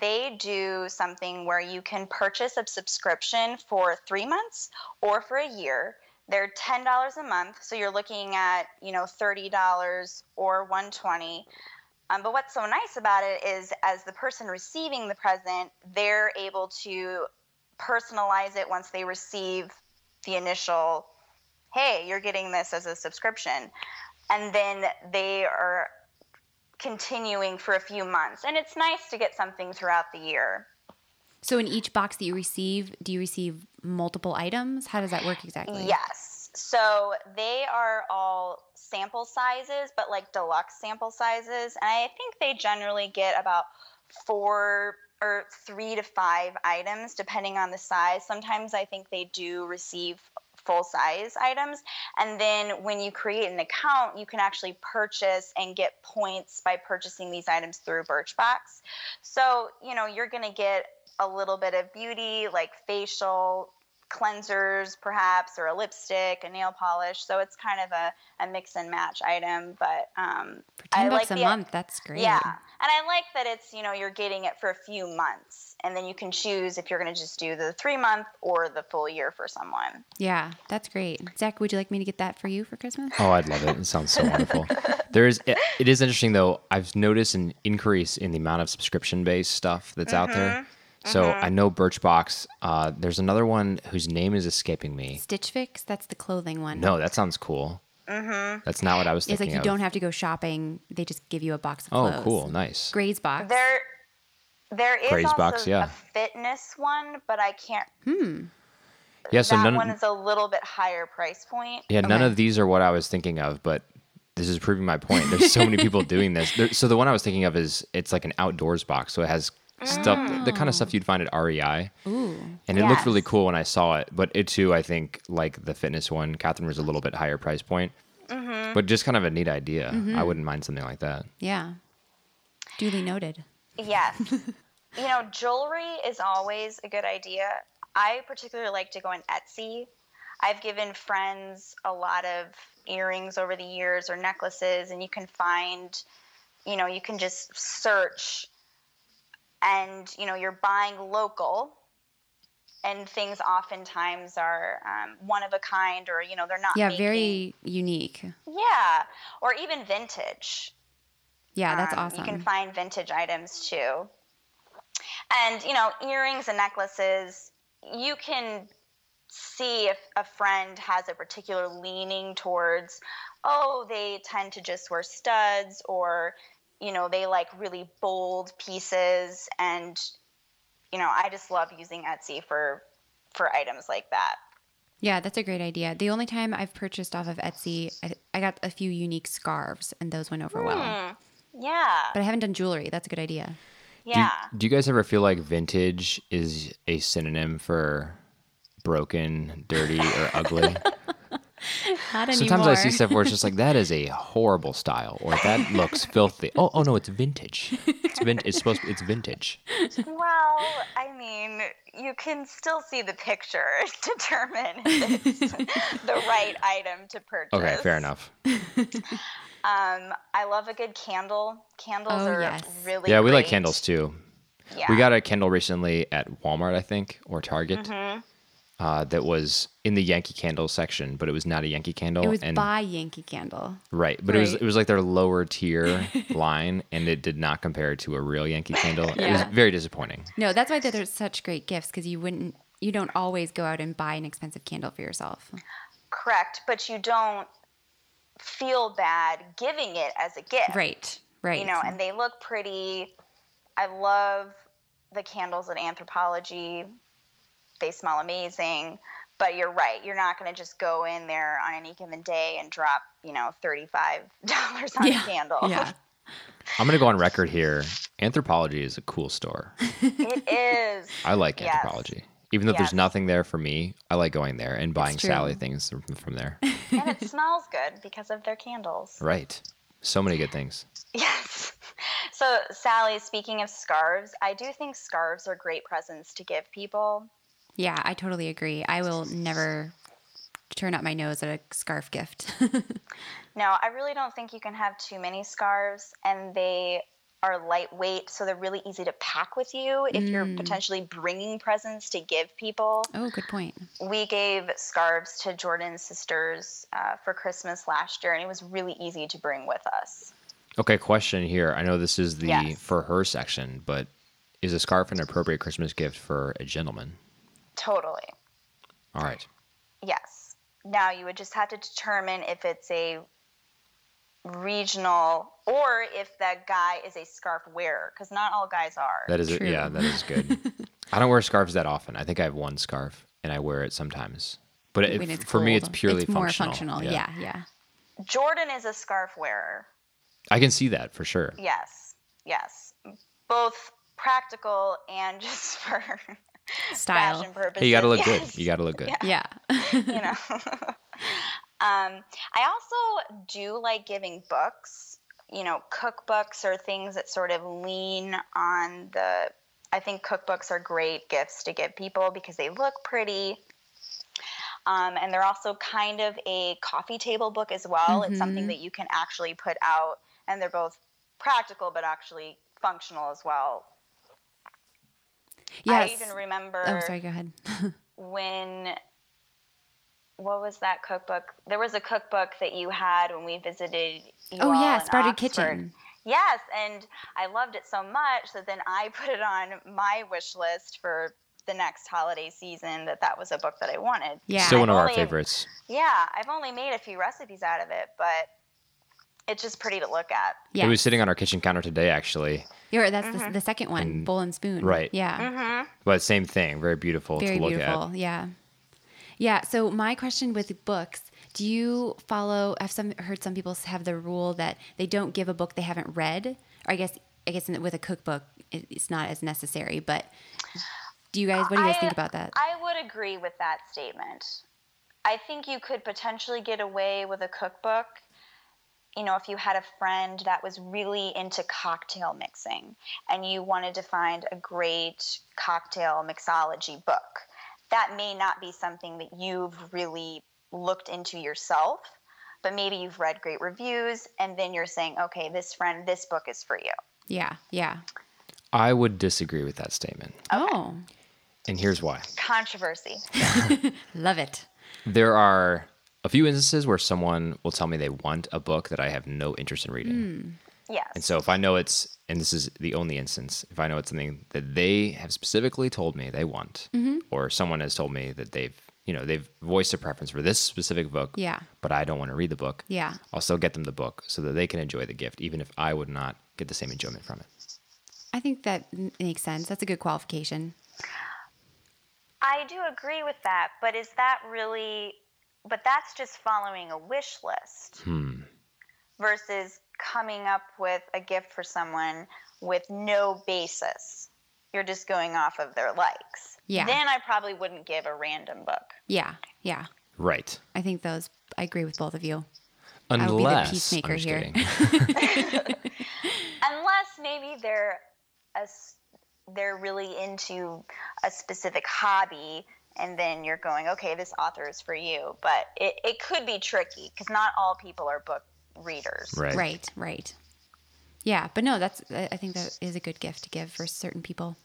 Speaker 4: they do something where you can purchase a subscription for three months or for a year. They're ten dollars a month, so you're looking at you know thirty dollars or one twenty. Um, but what's so nice about it is, as the person receiving the present, they're able to personalize it once they receive the initial, hey, you're getting this as a subscription. And then they are continuing for a few months. And it's nice to get something throughout the year.
Speaker 2: So, in each box that you receive, do you receive multiple items? How does that work exactly?
Speaker 4: Yes. So they are all sample sizes, but like deluxe sample sizes. And I think they generally get about four or three to five items, depending on the size. Sometimes I think they do receive full size items. And then when you create an account, you can actually purchase and get points by purchasing these items through Birchbox. So, you know, you're going to get a little bit of beauty, like facial cleansers, perhaps, or a lipstick, a nail polish. So it's kind of a, a mix and match item. But um,
Speaker 2: For 10
Speaker 4: I
Speaker 2: bucks
Speaker 4: like
Speaker 2: a
Speaker 4: the,
Speaker 2: month, that's great.
Speaker 4: Yeah. And I like that it's, you know, you're getting it for a few months. And then you can choose if you're going to just do the three month or the full year for someone.
Speaker 2: Yeah, that's great. Zach, would you like me to get that for you for Christmas?
Speaker 1: Oh, I'd love it. It sounds so wonderful. There is it, it is interesting though. I've noticed an increase in the amount of subscription based stuff that's out
Speaker 4: Mm-hmm.
Speaker 1: there. So I know Birchbox. Uh, there's another one whose name is escaping me.
Speaker 2: Stitch Fix, that's the clothing one.
Speaker 1: No, that sounds cool.
Speaker 4: Mm-hmm.
Speaker 1: That's not what I was
Speaker 2: It's
Speaker 1: thinking
Speaker 2: like you
Speaker 1: of.
Speaker 2: don't have to go shopping. They just give you a box of
Speaker 1: oh,
Speaker 2: clothes.
Speaker 1: cool, nice.
Speaker 2: Graze box.
Speaker 4: There, there is
Speaker 1: Praise
Speaker 4: also
Speaker 1: box, yeah.
Speaker 4: a fitness one, but I can't.
Speaker 1: Yeah, Hmm. so
Speaker 4: that
Speaker 1: none.
Speaker 4: one is a little bit higher price point.
Speaker 1: yeah, none
Speaker 2: okay.
Speaker 1: of these are what I was thinking of, but this is proving my point. There's so many people doing this. There, so the one I was thinking of is it's like an outdoors box, so it has stuff, the kind of stuff you'd find at REI.
Speaker 2: Ooh.
Speaker 1: And it looked really
Speaker 4: Yes.
Speaker 1: cool when I saw it, but it too, I think, like the fitness one, Catherine was a little bit higher price point, but just kind of a neat idea. I wouldn't mind something like that.
Speaker 2: Yeah. Duly noted.
Speaker 4: Yes. you know, jewelry is always a good idea. I particularly like to go on Etsy. I've given friends a lot of earrings over the years or necklaces, and you can find, you know, you can just search and, you know, you're buying local. And things oftentimes are um, one of a kind, or you know, they're not.
Speaker 2: Yeah,
Speaker 4: making-
Speaker 2: very unique.
Speaker 4: Yeah, or even vintage.
Speaker 2: Yeah, that's
Speaker 4: Um,
Speaker 2: awesome.
Speaker 4: You can find vintage items too. And, you know, earrings and necklaces, you can see if a friend has a particular leaning towards, oh, they tend to just wear studs or, you know, they like really bold pieces. And, you know, I just love using Etsy for for items like that.
Speaker 2: Yeah, that's a great idea. The only time I've purchased off of Etsy, I, I got a few unique scarves, and those went over
Speaker 4: Hmm.
Speaker 2: well.
Speaker 4: Yeah.
Speaker 2: But I haven't done jewelry. That's a good idea.
Speaker 1: Do you,
Speaker 4: Yeah.
Speaker 1: do you guys ever feel like vintage is a synonym for broken, dirty, or ugly?
Speaker 2: Not
Speaker 1: Sometimes I see stuff where it's just like that is a horrible style, or that looks filthy. Oh, oh no, it's vintage. It's vin- It's supposed. It's vintage.
Speaker 4: Well, I mean, you can still see the picture to determine if it's the right item to purchase.
Speaker 1: Okay, fair enough.
Speaker 4: Um, I love a good candle. Candles
Speaker 2: Oh,
Speaker 4: are
Speaker 2: yes.
Speaker 4: really
Speaker 1: Yeah, we like
Speaker 4: great.
Speaker 1: candles too.
Speaker 4: Yeah.
Speaker 1: We got a candle recently at Walmart, I think, or Target.
Speaker 2: Mm-hmm.
Speaker 1: Uh, that was in the Yankee candle section, but it was not a Yankee candle.
Speaker 2: It was
Speaker 1: and
Speaker 2: by Yankee Candle.
Speaker 1: right, but it was
Speaker 2: Right.
Speaker 1: it was like their lower tier line, and it did not compare to a real Yankee candle. It was
Speaker 2: Yeah.
Speaker 1: very disappointing.
Speaker 2: No, that's why they're they're such great gifts because you wouldn't, you don't always go out and buy an expensive candle for yourself.
Speaker 4: correct, but you don't feel bad giving it as a gift.
Speaker 2: Right, right.
Speaker 4: You know, and they look pretty. I love the candles at Anthropology. They smell amazing. But you're right. You're not going to just go in there on any given day and drop, you know, $35 on
Speaker 2: yeah,
Speaker 4: a candle.
Speaker 2: yeah.
Speaker 1: I'm gonna go on record here. Anthropology is a cool store.
Speaker 4: It is.
Speaker 1: I like
Speaker 4: Yes.
Speaker 1: anthropology. Even though there's
Speaker 4: Yes.
Speaker 1: nothing there for me, I like going there and buying
Speaker 2: true.
Speaker 1: Sally things from, from there.
Speaker 4: and it smells good because of their candles.
Speaker 1: right. So many good things.
Speaker 4: Yes. So, Sally, speaking of scarves, I do think scarves are great presents to give people.
Speaker 2: Yeah, I totally agree. I will never turn up my nose at a scarf gift.
Speaker 4: no, I really don't think you can have too many scarves, and they are lightweight, so they're really easy to pack with you if you're
Speaker 2: Mm.
Speaker 4: potentially bringing presents to give people.
Speaker 2: oh, good point.
Speaker 4: We gave scarves to Jordan's sisters uh, for Christmas last year, and it was really easy to bring with us.
Speaker 1: Okay, question here. I know this is the
Speaker 4: Yes.
Speaker 1: for her section, but is a scarf an appropriate Christmas gift for a gentleman?
Speaker 4: Totally.
Speaker 1: All right.
Speaker 4: Yes. Now you would just have to determine if it's a regional or if that guy is a scarf wearer, because not all guys are.
Speaker 1: That is
Speaker 2: True.
Speaker 1: yeah, that is good. I don't wear scarves that often. I think I have one scarf and I wear it sometimes. But it,
Speaker 2: When it's
Speaker 1: for me it's
Speaker 2: cold.
Speaker 1: purely
Speaker 2: it's more functional. Yeah, yeah.
Speaker 4: Jordan is a scarf wearer.
Speaker 1: I can see that for sure.
Speaker 4: Yes. Yes. Both practical and just for
Speaker 2: Style.
Speaker 4: fashion purposes.
Speaker 1: Hey, you gotta look
Speaker 4: Yes.
Speaker 1: good. You gotta look good.
Speaker 2: Yeah.
Speaker 4: you know. um, I also do like giving books, you know, cookbooks or things that sort of lean on the. I think cookbooks are great gifts to give people because they look pretty. Um, and they're also kind of a coffee table book as well. It's something
Speaker 2: Mhm.
Speaker 4: that you can actually put out, and they're both practical but actually functional as well.
Speaker 2: Yes.
Speaker 4: I even remember
Speaker 2: oh, sorry. Go ahead.
Speaker 4: when what was that cookbook? There was a cookbook that you had when we visited. You
Speaker 2: Oh
Speaker 4: all
Speaker 2: yeah,
Speaker 4: in
Speaker 2: Sprouted
Speaker 4: Oxford.
Speaker 2: Kitchen.
Speaker 4: Yes, and I loved it so much that then I put it on my wish list for the next holiday season. That that was a book that I wanted.
Speaker 2: Yeah.
Speaker 1: Still
Speaker 4: I
Speaker 1: one of our
Speaker 4: only have-
Speaker 1: favorites.
Speaker 4: Yeah, I've only made a few recipes out of it, but it's just pretty to look at.
Speaker 2: yeah.
Speaker 1: It was sitting on our kitchen counter today actually.
Speaker 2: Yeah, that's
Speaker 4: Mm-hmm.
Speaker 2: the, the second one, bowl and spoon.
Speaker 1: Right.
Speaker 2: Yeah.
Speaker 1: But same thing, very beautiful
Speaker 2: Very
Speaker 1: to look
Speaker 2: beautiful.
Speaker 1: at.
Speaker 2: Yeah. Yeah. So my question with books, do you follow I've some heard some people have the rule that they don't give a book they haven't read? Or I guess I guess in- with a cookbook it, it's not as necessary, but do you guys what do you guys
Speaker 4: I-
Speaker 2: think about that?
Speaker 4: I would agree with that statement. I think you could potentially get away with a cookbook, you know, if you had a friend that was really into cocktail mixing and you wanted to find a great cocktail mixology book. That may not be something that you've really looked into yourself, but maybe you've read great reviews and then you're saying, okay, this friend, this book is for you.
Speaker 2: yeah. Yeah.
Speaker 1: I would disagree with that statement.
Speaker 2: Oh.
Speaker 1: And here's why.
Speaker 4: Controversy.
Speaker 2: Love it.
Speaker 1: There are a few instances where someone will tell me they want a book that I have no interest in reading.
Speaker 2: Hmm.
Speaker 4: Yes.
Speaker 1: And so if I know it's, and this is the only instance, if I know it's something that they have specifically told me they want,
Speaker 2: Mm-hmm.
Speaker 1: or someone has told me that they've, you know, they've voiced a preference for this specific book,
Speaker 2: Yeah.
Speaker 1: but I don't want to read the book,
Speaker 2: Yeah.
Speaker 1: I'll still get them the book so that they can enjoy the gift, even if I would not get the same enjoyment from it.
Speaker 2: I think that m- makes sense. That's a good qualification.
Speaker 4: I do agree with that, but is that really? But that's just following a wish list versus coming up with a gift for someone with no basis. You're just going off of their likes.
Speaker 2: Yeah.
Speaker 4: Then I probably wouldn't give a random book.
Speaker 2: Yeah. Yeah.
Speaker 1: Right.
Speaker 2: I think those I agree with both of you.
Speaker 1: Unless
Speaker 2: will be the
Speaker 1: I'm
Speaker 2: peacemaker
Speaker 1: just
Speaker 2: here.
Speaker 1: kidding.
Speaker 4: Unless maybe they're a s they're really into a specific hobby and then you're going, okay, this author is for you. But it, it could be tricky because not all people are book readers.
Speaker 1: right.
Speaker 2: Right, right. Yeah, but no, that's I I think that is a good gift to give for certain people.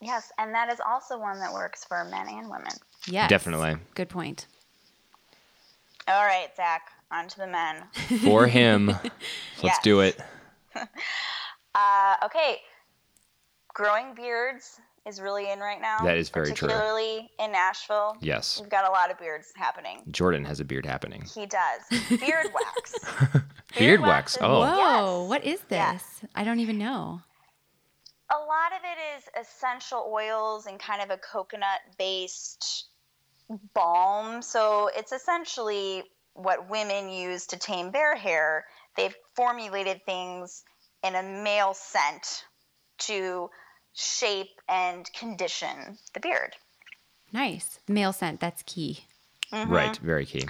Speaker 4: Yes, and that is also one that works for men and women.
Speaker 2: Yeah.
Speaker 1: Definitely.
Speaker 2: Good point.
Speaker 4: All right, Zach, on to the men.
Speaker 1: For him. Let's
Speaker 4: Yes.
Speaker 1: do it.
Speaker 4: Uh, okay, growing beards is really in right now.
Speaker 1: That is very true.
Speaker 4: Particularly in Nashville.
Speaker 1: Yes.
Speaker 4: We've got a lot of beards happening.
Speaker 1: Jordan has a beard happening.
Speaker 4: He does. Beard wax.
Speaker 1: Beard
Speaker 4: wax
Speaker 1: wax.
Speaker 4: is-
Speaker 1: Oh.
Speaker 2: Whoa,
Speaker 4: Yes.
Speaker 2: what is this?
Speaker 4: Yes.
Speaker 2: I don't even know.
Speaker 4: A lot of it is essential oils and kind of a coconut based balm. So it's essentially what women use to tame their hair. They've formulated things in a male scent to shape and condition the beard.
Speaker 2: Nice. Male scent, that's key.
Speaker 4: Mm-hmm.
Speaker 1: Right. Very key.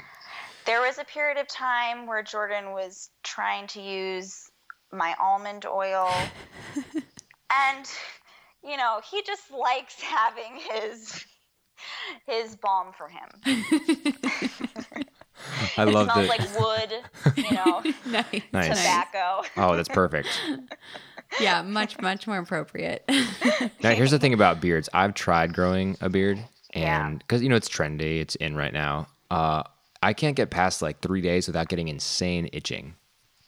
Speaker 4: There was a period of time where Jordan was trying to use my almond oil. and you know, he just likes having his his balm for him.
Speaker 1: I
Speaker 4: it
Speaker 1: love
Speaker 4: smells
Speaker 1: that.
Speaker 4: like wood, you know,
Speaker 2: nice.
Speaker 1: Nice.
Speaker 4: tobacco.
Speaker 1: oh, that's perfect.
Speaker 2: Yeah, much much more appropriate.
Speaker 1: Now, here's the thing about beards. I've tried growing a beard,
Speaker 4: Yeah.
Speaker 1: and because you know it's trendy, it's in right now. Uh, I can't get past like three days without getting insane itching.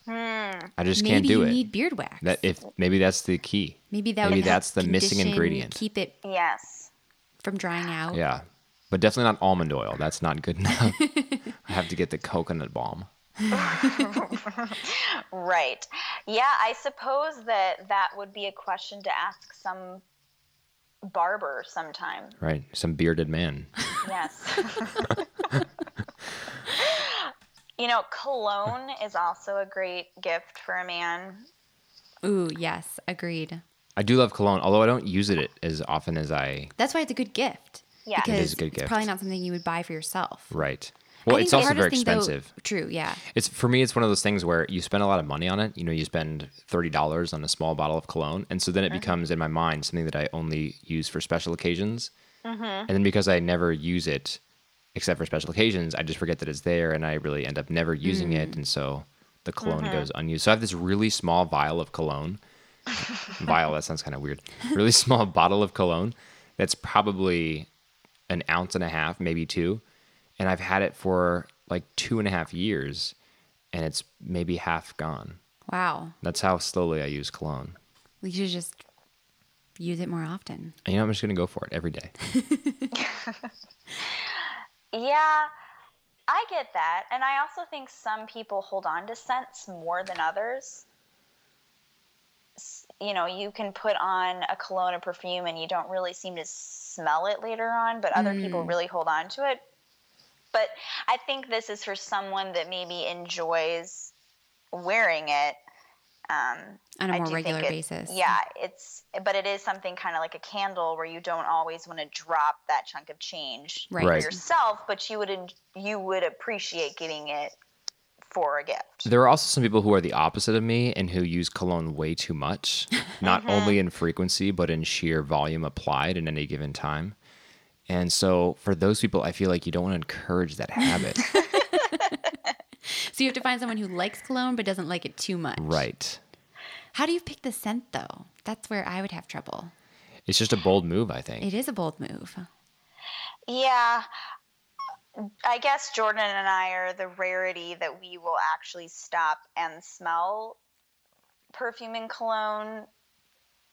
Speaker 4: Hmm.
Speaker 1: I just
Speaker 2: Maybe
Speaker 1: can't do
Speaker 2: you
Speaker 1: it.
Speaker 2: need beard wax.
Speaker 1: that if maybe that's the key.
Speaker 2: maybe that
Speaker 1: maybe
Speaker 2: would help
Speaker 1: that's the missing
Speaker 2: condition,
Speaker 1: ingredient.
Speaker 2: Keep it
Speaker 4: Yes.
Speaker 2: from drying out.
Speaker 1: Yeah, but definitely not almond oil. That's not good enough. I have to get the coconut balm.
Speaker 4: Right. Yeah, I suppose that that would be a question to ask some barber sometime.
Speaker 1: Right, some bearded man.
Speaker 4: Yes. you know, cologne is also a great gift for a man.
Speaker 2: Ooh, yes, agreed.
Speaker 1: I do love cologne, although I don't use it as often as I.
Speaker 2: That's why it's a good gift.
Speaker 4: Yeah.
Speaker 2: because
Speaker 1: It is a good
Speaker 2: it's
Speaker 1: gift.
Speaker 2: probably not something you would buy for yourself.
Speaker 1: Right.
Speaker 2: I
Speaker 1: Well,
Speaker 2: think
Speaker 1: it's
Speaker 2: the
Speaker 1: also very
Speaker 2: hardest thing, though-
Speaker 1: expensive.
Speaker 2: true, yeah.
Speaker 1: It's for me. It's one of those things where you spend a lot of money on it. You know, you spend thirty dollars on a small bottle of cologne, and so then
Speaker 2: Uh-huh.
Speaker 1: it becomes in my mind something that I only use for special occasions.
Speaker 2: Mm-hmm.
Speaker 1: And then because I never use it, except for special occasions, I just forget that it's there, and I really end up never using
Speaker 2: Mm.
Speaker 1: it, and so the cologne
Speaker 2: Mm-hmm.
Speaker 1: goes unused. So I have this really small vial of cologne. vial. That sounds kind of weird. Really small bottle of cologne. That's probably an ounce and a half, maybe two. And I've had it for like two and a half years and it's maybe half gone.
Speaker 2: Wow.
Speaker 1: That's how slowly I use cologne.
Speaker 2: We should just use it more often.
Speaker 1: And you know, I'm just going to go for it every day.
Speaker 4: Yeah, I get that. And I also think some people hold on to scents more than others. S- You know, you can put on a cologne or perfume and you don't really seem to smell it later on, but other people really hold on to it. But I think this is for someone that maybe enjoys wearing it. Um,
Speaker 2: On a
Speaker 4: I
Speaker 2: more
Speaker 4: do think
Speaker 2: regular
Speaker 4: it-
Speaker 2: basis.
Speaker 4: Yeah, it's but it is something kind of like a candle where you don't always want to drop that chunk of change
Speaker 2: Right.
Speaker 1: Right.
Speaker 4: for yourself, but you would en- you would appreciate getting it for a gift.
Speaker 1: There are also some people who are the opposite of me and who use cologne way too much, not only in frequency, but in sheer volume applied in any given time. And so for those people, I feel like you don't want to encourage that habit.
Speaker 2: So you have to find someone who likes cologne but doesn't like it too much.
Speaker 1: right.
Speaker 2: How do you pick the scent though? That's where I would have trouble.
Speaker 1: It's just a bold move, I think.
Speaker 2: It is a bold move.
Speaker 4: Yeah. I guess Jordan and I are the rarity that we will actually stop and smell perfume and cologne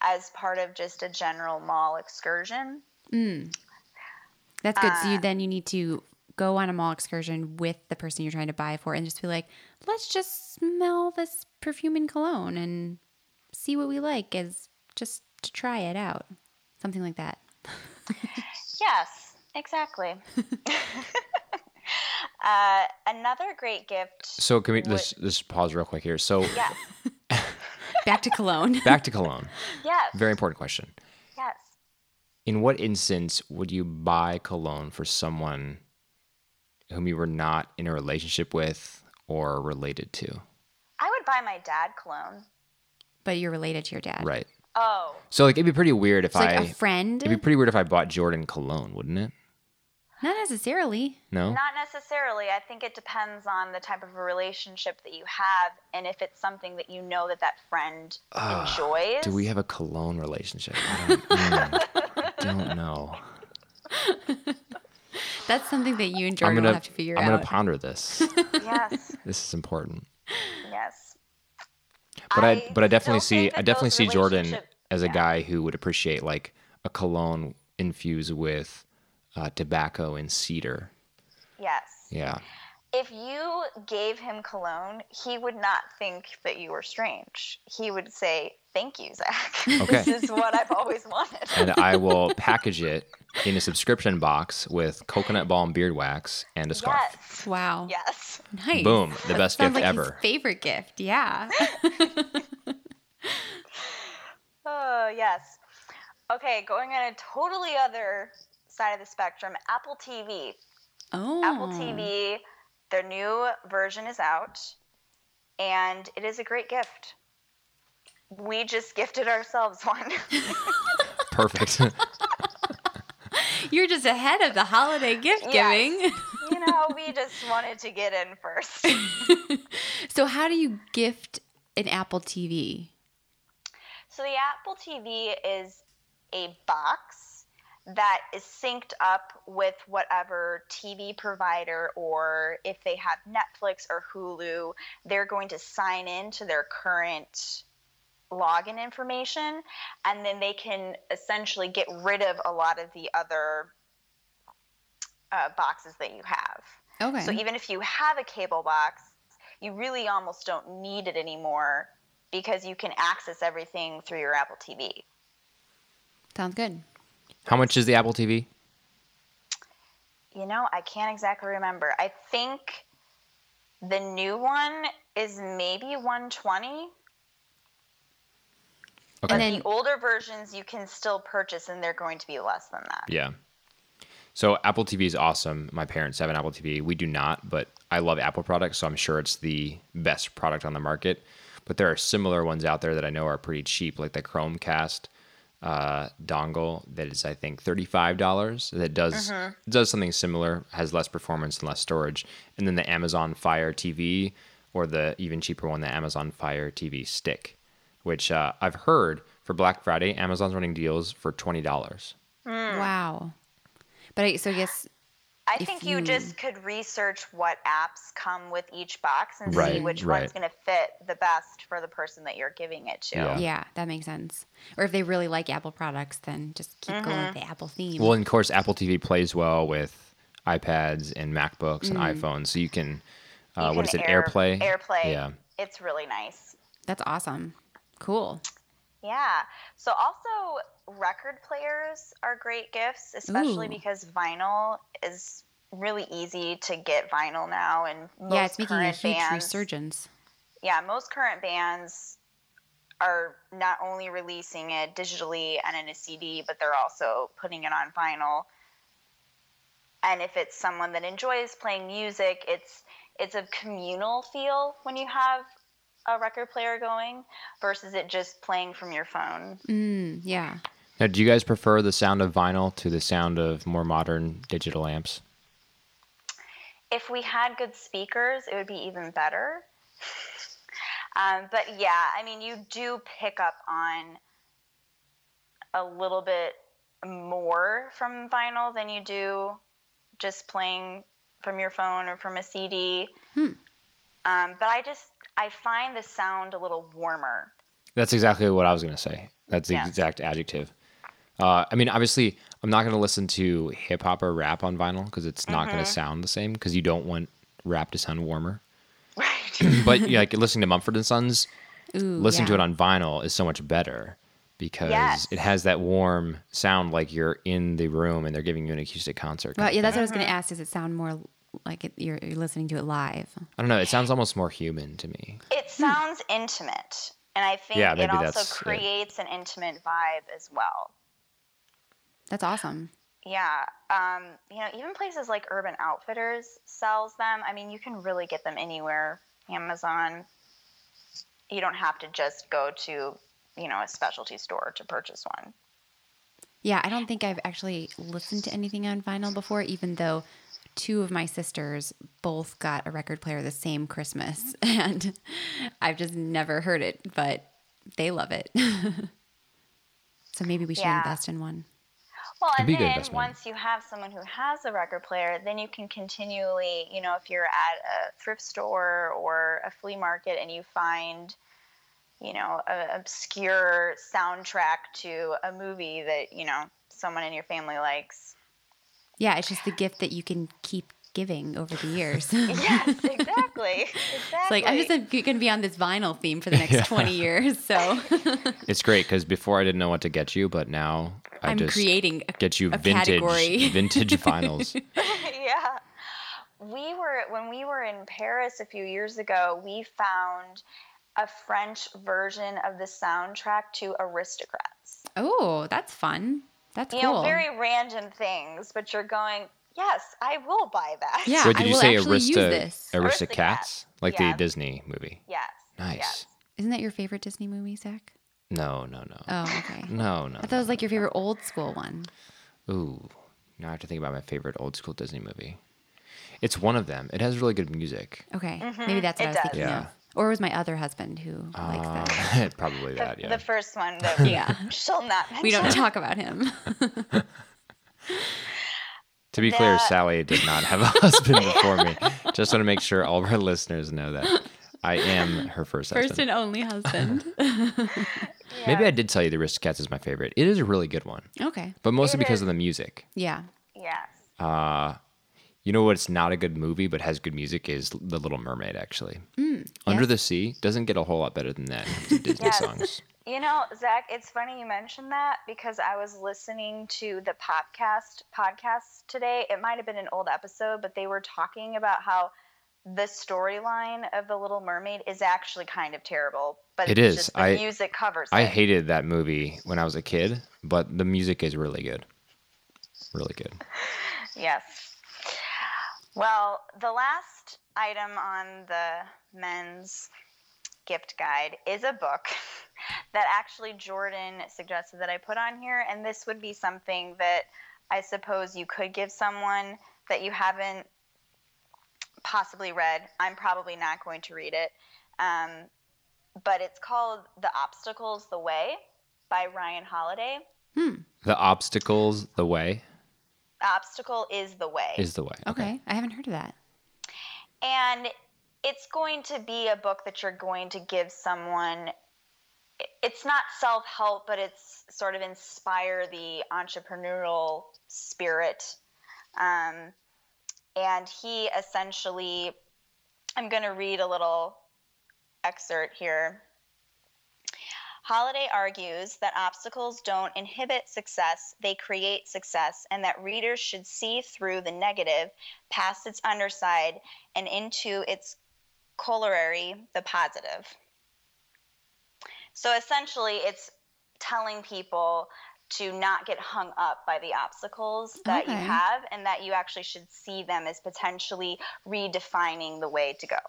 Speaker 4: as part of just a general mall excursion.
Speaker 2: That's good.
Speaker 4: Uh,
Speaker 2: so you then you need to go on a mall excursion with the person you're trying to buy for and just be like, let's just smell this perfume and cologne and see what we like as just to try it out. Something like that.
Speaker 4: Yes, exactly. uh, another great gift.
Speaker 1: So can we let's, let's pause real quick here. So
Speaker 4: Yes,
Speaker 2: Back to cologne.
Speaker 1: back to cologne.
Speaker 4: yes,
Speaker 1: Very important question.
Speaker 4: yes.
Speaker 1: In what instance would you buy cologne for someone whom you were not in a relationship with or related to?
Speaker 4: I would buy my dad cologne.
Speaker 2: but you're related to your dad.
Speaker 1: Right.
Speaker 4: Oh,
Speaker 1: So like it'd be pretty weird if
Speaker 2: So like
Speaker 1: I
Speaker 2: a friend?
Speaker 1: it'd be pretty weird if I bought Jordan cologne, wouldn't it?
Speaker 2: Not necessarily.
Speaker 1: No.
Speaker 4: Not necessarily. I think it depends on the type of a relationship that you have and if it's something that you know that that friend enjoys.
Speaker 1: Ah, Do we have a cologne relationship? I don't, mm, don't know.
Speaker 2: That's something that you and
Speaker 1: I'm
Speaker 2: Jordan
Speaker 1: gonna
Speaker 2: will have to figure
Speaker 1: I'm
Speaker 2: out.
Speaker 1: gonna ponder this.
Speaker 4: yes.
Speaker 1: this is important.
Speaker 4: Yes.
Speaker 1: but I,
Speaker 4: I
Speaker 1: but I definitely
Speaker 4: still
Speaker 1: see
Speaker 4: think
Speaker 1: I
Speaker 4: that
Speaker 1: definitely
Speaker 4: those
Speaker 1: see Jordan
Speaker 4: relationship-
Speaker 1: as a guy who would appreciate like a cologne infused with uh, tobacco and cedar.
Speaker 4: Yes.
Speaker 1: Yeah,
Speaker 4: If you gave him cologne, he would not think that you were strange. He would say, "Thank you, Zach. this
Speaker 1: Okay.
Speaker 4: is what I've always wanted."
Speaker 1: and I will package it in a subscription box with coconut balm beard wax and a scarf.
Speaker 4: Yes.
Speaker 2: wow.
Speaker 4: Yes.
Speaker 2: Nice.
Speaker 1: Boom, the best gift
Speaker 2: Sounds like his
Speaker 1: ever.
Speaker 2: favorite gift. Yeah.
Speaker 4: Oh, yes. Okay, going on a totally other side of the spectrum, Apple TV.
Speaker 2: Oh.
Speaker 4: Apple TV, their new version is out, and it is a great gift. We just gifted ourselves one.
Speaker 1: Perfect.
Speaker 2: You're just ahead of the holiday gift
Speaker 4: Yes.
Speaker 2: giving.
Speaker 4: you know, we just wanted to get in first.
Speaker 2: so, how do you gift an Apple TV?
Speaker 4: So the Apple TV is a box that is synced up with whatever TV provider or if they have Netflix or Hulu, they're going to sign in to their current login information and then they can essentially get rid of a lot of the other uh, boxes that you have.
Speaker 2: Okay.
Speaker 4: So even if you have a cable box, you really almost don't need it anymore because you can access everything through your Apple TV.
Speaker 2: Sounds good.
Speaker 1: How much is the Apple TV?
Speaker 4: You know, I can't exactly remember. I think the new one is maybe 120.
Speaker 1: Okay.
Speaker 4: And the older versions you can still purchase and they're going to be less than that.
Speaker 1: Yeah. So Apple TV is awesome. My parents have an Apple TV. We do not, but I love Apple products, so I'm sure it's the best product on the market. But there are similar ones out there that I know are pretty cheap, like the Chromecast uh, dongle that is, I think, thirty-five dollars. That does does something similar, has less performance and less storage. And then the Amazon Fire TV, or the even cheaper one, the Amazon Fire TV Stick, which uh, I've heard for Black Friday, Amazon's running deals for twenty dollars.
Speaker 2: Wow. But I so I guess
Speaker 4: I
Speaker 2: If
Speaker 4: think you,
Speaker 2: you-
Speaker 4: just could research what apps come with each box and see
Speaker 1: Right,
Speaker 4: which
Speaker 1: right.
Speaker 4: one's going to fit the best for the person that you're giving it to.
Speaker 1: Yeah.
Speaker 2: yeah, that makes sense. Or if they really like Apple products, then just keep going with the Apple theme.
Speaker 1: Well, and of course, Apple TV plays well with iPads and MacBooks and iPhones, so you can. Uh,
Speaker 4: Mm-hmm. You
Speaker 1: what is
Speaker 4: can
Speaker 1: it?
Speaker 4: air-
Speaker 1: AirPlay.
Speaker 4: AirPlay.
Speaker 1: Yeah.
Speaker 4: It's really nice.
Speaker 2: That's awesome. Cool.
Speaker 4: Yeah. So also record players are great gifts, especially
Speaker 2: Ooh.
Speaker 4: because vinyl is really easy to get vinyl now and most
Speaker 2: yeah, it's making a
Speaker 4: current
Speaker 2: huge
Speaker 4: bands,
Speaker 2: resurgence.
Speaker 4: Yeah, most current bands are not only releasing it digitally and in a CD, but they're also putting it on vinyl. And if it's someone that enjoys playing music, it's it's a communal feel when you have a record player going versus it just playing from your phone.
Speaker 2: Mm, yeah.
Speaker 1: Now, do you guys prefer the sound of vinyl to the sound of more modern digital amps?
Speaker 4: if we had good speakers, it would be even better. um, but yeah, I mean, you do pick up on a little bit more from vinyl than you do just playing from your phone or from a CD.
Speaker 1: Hmm.
Speaker 4: Um, but I just I find the sound a little warmer.
Speaker 1: That's exactly what I was going to say. That's the
Speaker 4: Yeah.
Speaker 1: exact adjective. Uh, I mean, obviously, I'm not going to listen to hip hop or rap on vinyl because it's not
Speaker 4: Mm-hmm.
Speaker 1: going to sound the same because you don't want rap to sound warmer.
Speaker 4: Right.
Speaker 1: But you know, like listening to Mumford and Sons,
Speaker 2: Ooh,
Speaker 1: listening to
Speaker 2: yeah.
Speaker 1: it on vinyl is so much better because
Speaker 4: Yes.
Speaker 1: it has that warm sound like you're in the room and they're giving you an acoustic concert.
Speaker 2: Well,
Speaker 1: kind
Speaker 2: yeah,
Speaker 1: of
Speaker 2: that's
Speaker 1: thing.
Speaker 2: what I was going to ask. Does it sound more like it, you're, you're listening to it live?
Speaker 1: I don't know. It sounds almost more human to me.
Speaker 4: it sounds intimate. And I think
Speaker 1: Yeah,
Speaker 4: it
Speaker 1: maybe
Speaker 4: also
Speaker 1: that's it.
Speaker 4: creates an intimate vibe as well.
Speaker 2: That's awesome.
Speaker 4: Yeah, um, you know, even places like Urban Outfitters sells them. I mean, you can really get them anywhere. Amazon. You don't have to just go to, you know, a specialty store to purchase one.
Speaker 2: Yeah, I don't think I've actually listened to anything on vinyl before, even though two of my sisters both got a record player the same Christmas. And I've just never heard it, but they love it. so maybe we should
Speaker 4: Yeah.
Speaker 2: invest in one.
Speaker 4: Well,
Speaker 1: It'd
Speaker 4: and
Speaker 1: be a good
Speaker 4: then
Speaker 1: investment.
Speaker 4: once you have someone who has a record player, then you can continually, you know, if you're at a thrift store or a flea market and you find, you know, an obscure soundtrack to a movie that, you know, someone in your family likes,
Speaker 2: Yeah, it's just the gift that you can keep giving over the years.
Speaker 4: yes, exactly. Exactly.
Speaker 2: It's like I'm just going to be on this vinyl theme for the next 20 years. So
Speaker 1: It's great because before I didn't know what to get you, but now I
Speaker 2: I'm
Speaker 1: just
Speaker 2: creating a
Speaker 1: get you
Speaker 2: a
Speaker 1: vintage
Speaker 2: category.
Speaker 1: vintage vinyls.
Speaker 4: yeah. We were when we were in Paris a few years ago, we found a French version of the soundtrack to Aristocrats.
Speaker 2: Oh, that's fun. That's
Speaker 4: You
Speaker 2: cool.
Speaker 4: know, very random things, but you're going, "Yes, I will buy that."
Speaker 2: Yeah.
Speaker 1: Wait,
Speaker 2: I
Speaker 1: did you
Speaker 2: will
Speaker 1: say
Speaker 2: actually use
Speaker 1: Arista
Speaker 2: this.
Speaker 1: Aristocats? Like
Speaker 4: Yeah.
Speaker 1: the Disney movie.
Speaker 4: Yes.
Speaker 1: Nice.
Speaker 4: yes.
Speaker 2: Isn't that your favorite Disney movie, Zach?
Speaker 1: No, no, no.
Speaker 2: Oh, okay.
Speaker 1: No, no.
Speaker 2: I thought it was like your favorite old school one.
Speaker 1: Ooh. Now I have to think about my favorite old school Disney movie. It's one of them. It has really good music.
Speaker 2: Okay. Maybe that's what I
Speaker 4: Mm-hmm. It
Speaker 2: was
Speaker 4: does.
Speaker 2: thinking
Speaker 1: Yeah.
Speaker 2: of. Or it was my other husband who likes that.
Speaker 1: Uh, probably
Speaker 4: The,
Speaker 1: that. Yeah.
Speaker 4: the first one that we
Speaker 2: Yeah.
Speaker 4: shall not mention.
Speaker 2: We don't talk about him.
Speaker 1: to be clear,
Speaker 4: the-
Speaker 1: Sally did not have a husband before me. Just want to make sure all of our listeners know that I am her first,
Speaker 2: First
Speaker 1: husband.
Speaker 2: and only husband.
Speaker 1: Maybe I did tell you the Aristocats is my favorite. It is a really good one,
Speaker 2: okay.
Speaker 1: but mostly
Speaker 4: It
Speaker 1: because
Speaker 4: is.
Speaker 1: of the music.
Speaker 2: Yeah.
Speaker 4: Yes.
Speaker 1: Uh, you know what's not a good movie but has good music is The Little Mermaid. Actually, Under
Speaker 2: yes.
Speaker 1: the Sea doesn't get a whole lot better than that. in terms of Disney
Speaker 4: Mm, Yes.
Speaker 1: songs.
Speaker 4: You know, Zach, it's funny you mentioned that because I was listening to the podcast podcast today. It might have been an old episode, but they were talking about how the storyline of the Little Mermaid is actually kind of terrible. But
Speaker 1: It
Speaker 4: it's
Speaker 1: is.
Speaker 4: Just the
Speaker 1: I-
Speaker 4: music covers.
Speaker 1: I
Speaker 4: it.
Speaker 1: hated that movie when I was a kid, but the music is really good. Really good.
Speaker 4: Yes. Well, the last item on the men's gift guide is a book that actually Jordan suggested that I put on here. And this would be something that I suppose you could give someone that you haven't possibly read. I'm probably not going to read it. Um, but it's called The Obstacles the Way by Ryan Holiday.
Speaker 1: The obstacles, the way
Speaker 4: Obstacle is the way.
Speaker 1: is the way.
Speaker 2: Okay. I haven't heard of that.
Speaker 4: and it's going to be a book that you're going to give someone it's not self-help but it's sort of inspire the entrepreneurial spirit um, and he essentially i'm going to read a little excerpt here Holiday argues that obstacles don't inhibit success, they create success, and that readers should see through the negative, past its underside, and into its corollary, the positive. So essentially, it's telling people to not get hung up by the obstacles that you
Speaker 2: Okay.
Speaker 4: have and that you actually should see them as potentially redefining the way to go.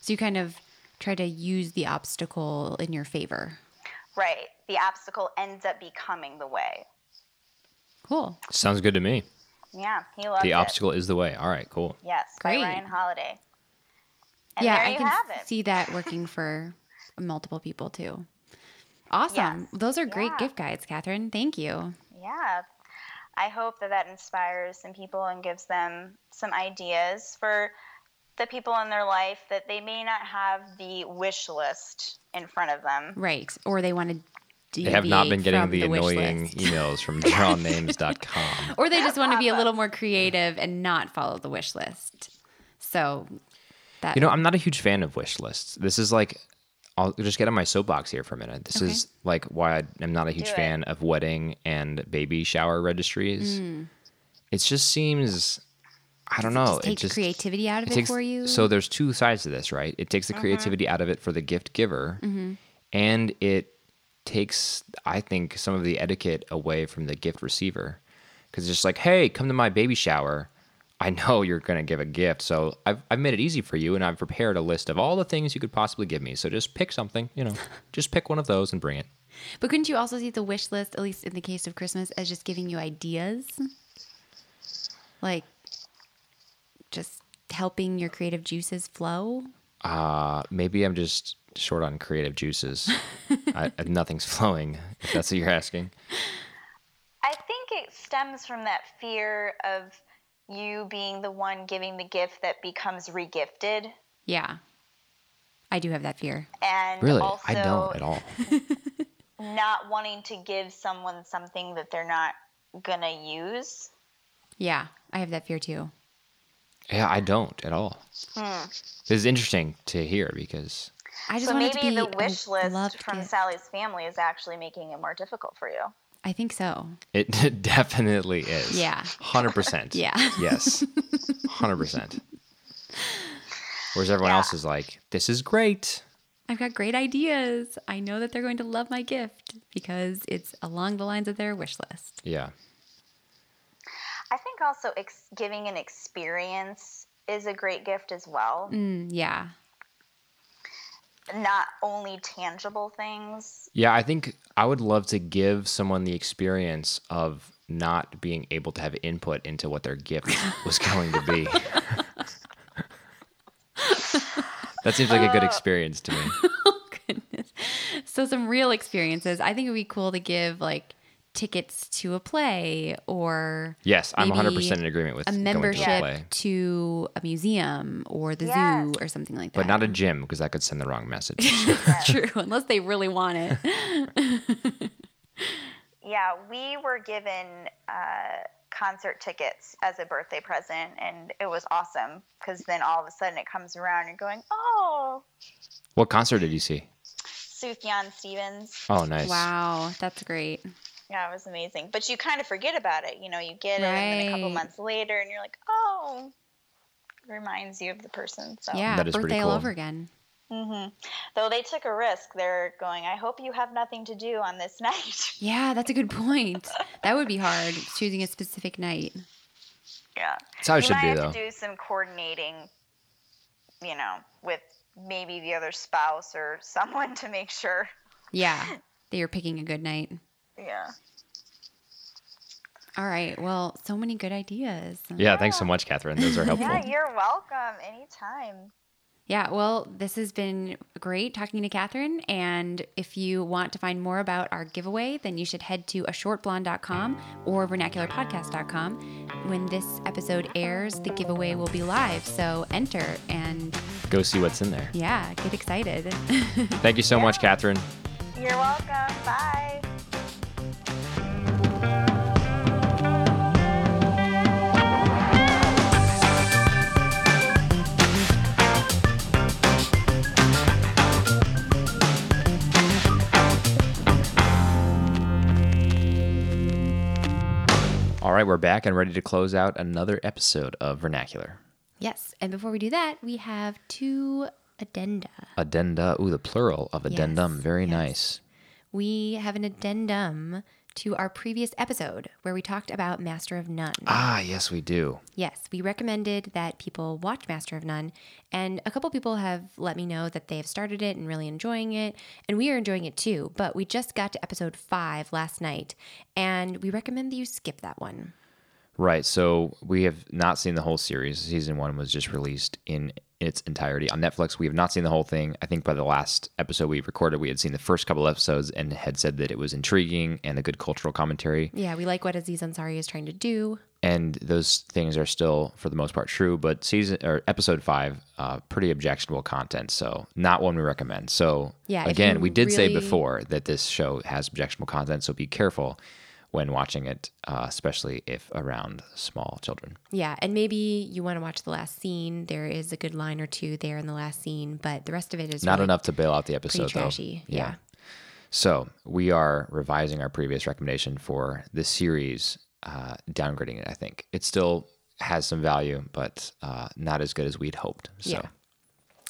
Speaker 2: So you kind of try to use the obstacle in your favor.
Speaker 4: Right. The obstacle ends up becoming the way.
Speaker 2: Cool.
Speaker 1: Sounds good to me.
Speaker 4: Yeah, he loves
Speaker 1: the
Speaker 4: it.
Speaker 1: obstacle is the way. All right, cool.
Speaker 4: Yes,
Speaker 2: Great.
Speaker 4: by Ryan Holiday. And
Speaker 2: yeah,
Speaker 4: there
Speaker 2: I
Speaker 4: you
Speaker 2: can
Speaker 4: have it.
Speaker 2: see that working for multiple people too. Awesome. Those are great
Speaker 4: Yeah.
Speaker 2: gift guides, Catherine. Thank you.
Speaker 4: Yeah. I hope that that inspires some people and gives them some ideas for the people in their life that they may not have the wish list in front of them.
Speaker 2: Right. Or they want to
Speaker 1: They have not been
Speaker 2: deviate
Speaker 1: getting
Speaker 2: E from
Speaker 1: the,
Speaker 2: wish
Speaker 1: annoying
Speaker 2: list.
Speaker 1: emails from drawnames.com.
Speaker 2: Or they just want to be a little more creative and not follow the wish list. So that
Speaker 1: You know, I'm not a huge fan of wish lists. This is like, I'll just get on my soapbox here for a minute. This is like why I'm not a huge
Speaker 4: it.
Speaker 1: fan of wedding and baby shower registries. It just seems, I don't know.
Speaker 2: Mm. just takes creativity out of it,
Speaker 1: takes-
Speaker 2: for you.
Speaker 1: So there's two sides to this, right? It takes the creativity out of it for the gift giver, and it takes, I think, some of the etiquette away from the gift receiver. Because it's just like, hey, come to my baby shower. I know you're going to give a gift. So I've, I've made it easy for you, and I've prepared a list of all the things you could possibly give me. So just pick something, you know, just pick one of those and bring it.
Speaker 2: but couldn't you also see the wish list, at least in the case of Christmas, as just giving you ideas? Like just helping your creative juices flow?
Speaker 1: Uh, maybe I'm just short on creative juices. I, nothing's flowing, if that's what you're asking.
Speaker 4: I think it stems from that fear of you being the one giving the gift that becomes regifted.
Speaker 2: Yeah. I do have that fear.
Speaker 4: And
Speaker 1: Really?
Speaker 4: also
Speaker 1: I don't at all.
Speaker 4: not wanting to give someone something that they're not gonna use.
Speaker 2: Yeah, I have that fear too.
Speaker 1: Yeah, I don't at all.
Speaker 2: Hmm.
Speaker 1: This is interesting to hear because
Speaker 2: I just
Speaker 4: So
Speaker 2: want it to
Speaker 4: maybe
Speaker 2: be
Speaker 4: the
Speaker 2: a
Speaker 4: wish list
Speaker 2: loved
Speaker 4: from
Speaker 2: gift.
Speaker 4: Sally's family is actually making it more difficult for you.
Speaker 2: I think so.
Speaker 1: it definitely is.
Speaker 2: Yeah.
Speaker 1: 100%.
Speaker 2: Yeah.
Speaker 1: Yes. 100%. Whereas everyone else is like, this is great.
Speaker 2: I've got great ideas. I know that they're going to love my gift because it's along the lines of their wish list.
Speaker 1: Yeah.
Speaker 4: I think also ex- giving an experience is a great gift as well.
Speaker 2: Mm, yeah.
Speaker 4: Not only tangible things.
Speaker 1: Yeah, I think I would love to give someone the experience of not being able to have input into what their gift was going to be. that seems like a
Speaker 2: Uh,
Speaker 1: good experience to me.
Speaker 2: oh goodness. So some real experiences. I think it would be cool to give like tickets to a play or
Speaker 1: Yes, I'm
Speaker 2: Maybe
Speaker 1: 100% in agreement with
Speaker 2: a
Speaker 1: going to a
Speaker 2: membership
Speaker 1: play,
Speaker 2: to a museum or the
Speaker 4: Yeah.
Speaker 2: zoo or something like that.
Speaker 1: but not a gym because that could send the wrong message.
Speaker 2: true unless they really want it.
Speaker 4: Yeah, we were given uh, concert tickets as a birthday present, and it was awesome because then all of a sudden it comes around and you're going, oh,
Speaker 1: what concert did you see?
Speaker 4: Sufjan Stevens.
Speaker 1: Oh, nice.
Speaker 2: wow, that's great.
Speaker 4: Yeah, it was amazing. But you kind of forget about it. You know, you get it, and then a couple
Speaker 2: Right.
Speaker 4: months later, and you're like, oh, reminds you of the person. So,
Speaker 2: Yeah,
Speaker 1: That is pretty
Speaker 2: birthday
Speaker 1: cool.
Speaker 2: all over again.
Speaker 4: hmm though they took a risk, they're going, I hope you have nothing to do on this night.
Speaker 2: Yeah, that's a good point. That would be hard choosing a specific night.
Speaker 4: yeah.
Speaker 1: That's how it
Speaker 4: you
Speaker 1: should
Speaker 4: might
Speaker 1: be,
Speaker 4: have
Speaker 1: though.
Speaker 4: to do some coordinating, you know, with maybe the other spouse or someone to make sure.
Speaker 2: Yeah, that you're picking a good night.
Speaker 4: Yeah.
Speaker 2: All right. Well, so many good ideas.
Speaker 1: yeah, thanks so much, Catherine. Those are helpful.
Speaker 4: Yeah, you're welcome anytime.
Speaker 2: Yeah, well, this has been great talking to Catherine. And if you want to find more about our giveaway, then you should head to ashortblonde.com or vernacularpodcast.com. When this episode airs, the giveaway will be live. So enter and
Speaker 1: Go see what's in there.
Speaker 2: yeah, get excited.
Speaker 1: Thank you so much, Catherine.
Speaker 4: You're welcome. Bye.
Speaker 1: All right, we're back and ready to close out another episode of Vernacular.
Speaker 2: yes. And before we do that, we have two addenda.
Speaker 1: Addenda. Ooh, the plural of addendum.
Speaker 2: Yes,
Speaker 1: Very
Speaker 2: yes.
Speaker 1: nice.
Speaker 2: We have an addendum to our previous episode where we talked about Master of None.
Speaker 1: Ah, yes, we do.
Speaker 2: Yes, we recommended that people watch Master of None, and a couple people have let me know that they have started it and really enjoying it, and we are enjoying it too. But we just got to episode five last night, and we recommend that you skip that one.
Speaker 1: Right. So we have not seen the whole series. Season one was just released in its entirety on Netflix. We have not seen the whole thing. I think by the last episode we recorded, we had seen the first couple episodes and had said that it was intriguing and a good cultural commentary.
Speaker 2: Yeah, we like what Aziz Ansari is trying to do.
Speaker 1: And those things are still, for the most part, true. But season or episode five, uh, pretty objectionable content. So not one we recommend. So
Speaker 2: Yeah, if
Speaker 1: again,
Speaker 2: you
Speaker 1: we did say
Speaker 2: really-
Speaker 1: before that this show has objectionable content. So be careful when watching it, uh, especially if around small children.
Speaker 2: Yeah, and maybe you want to watch the last scene. There is a good line or two there in the last scene, but the rest of it is
Speaker 1: Not
Speaker 2: really
Speaker 1: enough to bail out the
Speaker 2: Pretty
Speaker 1: episode,
Speaker 2: trashy.
Speaker 1: though.
Speaker 2: yeah.
Speaker 1: So we are revising our previous recommendation for the series, uh, downgrading it. I think it still has some value, but uh, not as good as we'd hoped. So
Speaker 2: Yeah.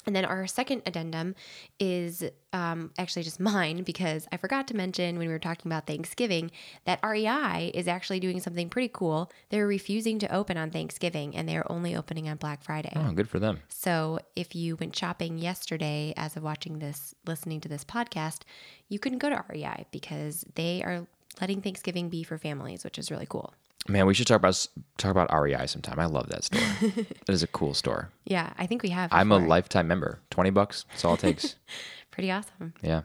Speaker 2: And then our second addendum is um, actually just mine because I forgot to mention when we were talking about Thanksgiving that REI is actually doing something pretty cool. They're refusing to open on Thanksgiving and they're only opening on Black Friday.
Speaker 1: oh, good for them.
Speaker 2: So if you went shopping yesterday as of watching this, listening to this podcast, you couldn't go to REI because they are letting Thanksgiving be for families, which is really cool.
Speaker 1: Man, we should talk about talk about REI sometime. I love that store. it is a cool store.
Speaker 2: Yeah, I think we have.
Speaker 1: I'm a
Speaker 2: before.
Speaker 1: lifetime member. Twenty bucks. That's all it takes.
Speaker 2: Pretty awesome.
Speaker 1: yeah.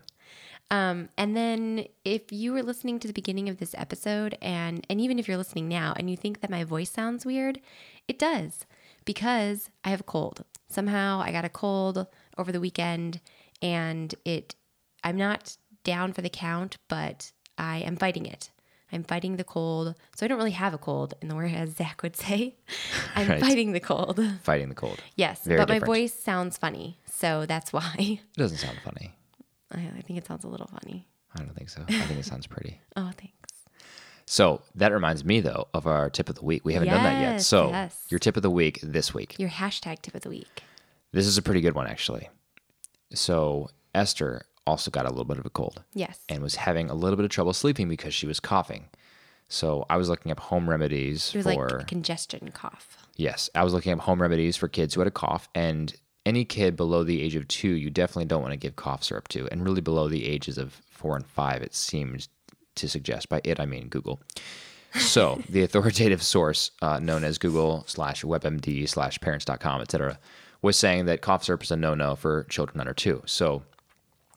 Speaker 2: Um, and then if you were listening to the beginning of this episode and and even if you're listening now and you think that my voice sounds weird, it does because I have a cold. Somehow I got a cold over the weekend and it I'm not down for the count, but I am fighting it. I'm fighting the cold. So I don't really have a cold in the word as Zach would say. I'm
Speaker 1: Right.
Speaker 2: fighting the cold.
Speaker 1: Fighting the cold.
Speaker 2: Yes.
Speaker 1: Very
Speaker 2: but
Speaker 1: different.
Speaker 2: my voice sounds funny. So that's why.
Speaker 1: It doesn't sound funny.
Speaker 2: I, I think it sounds a little funny.
Speaker 1: I don't think so. I think it sounds pretty.
Speaker 2: Oh, thanks.
Speaker 1: So that reminds me though of our tip of the week. We haven't done that yet.
Speaker 2: Yes,
Speaker 1: So
Speaker 2: yes.
Speaker 1: your tip of the week this week.
Speaker 2: Your hashtag tip of the week.
Speaker 1: This is a pretty good one, actually. So, Esther also got a little bit of a cold
Speaker 2: Yes.
Speaker 1: and was having a little bit of trouble sleeping because she was coughing. So, I was looking up home remedies
Speaker 2: It was
Speaker 1: for.
Speaker 2: like a congestion cough.
Speaker 1: yes, I was looking up home remedies for kids who had a cough. And any kid below the age of two, you definitely don't want to give cough syrup to. And really, below the ages of four and five, it seems to suggest. By it, I mean Google. So the authoritative source, uh, known as Google slash WebMD slash Parents.com, etc., was saying that cough syrup is a no-no for children under two. So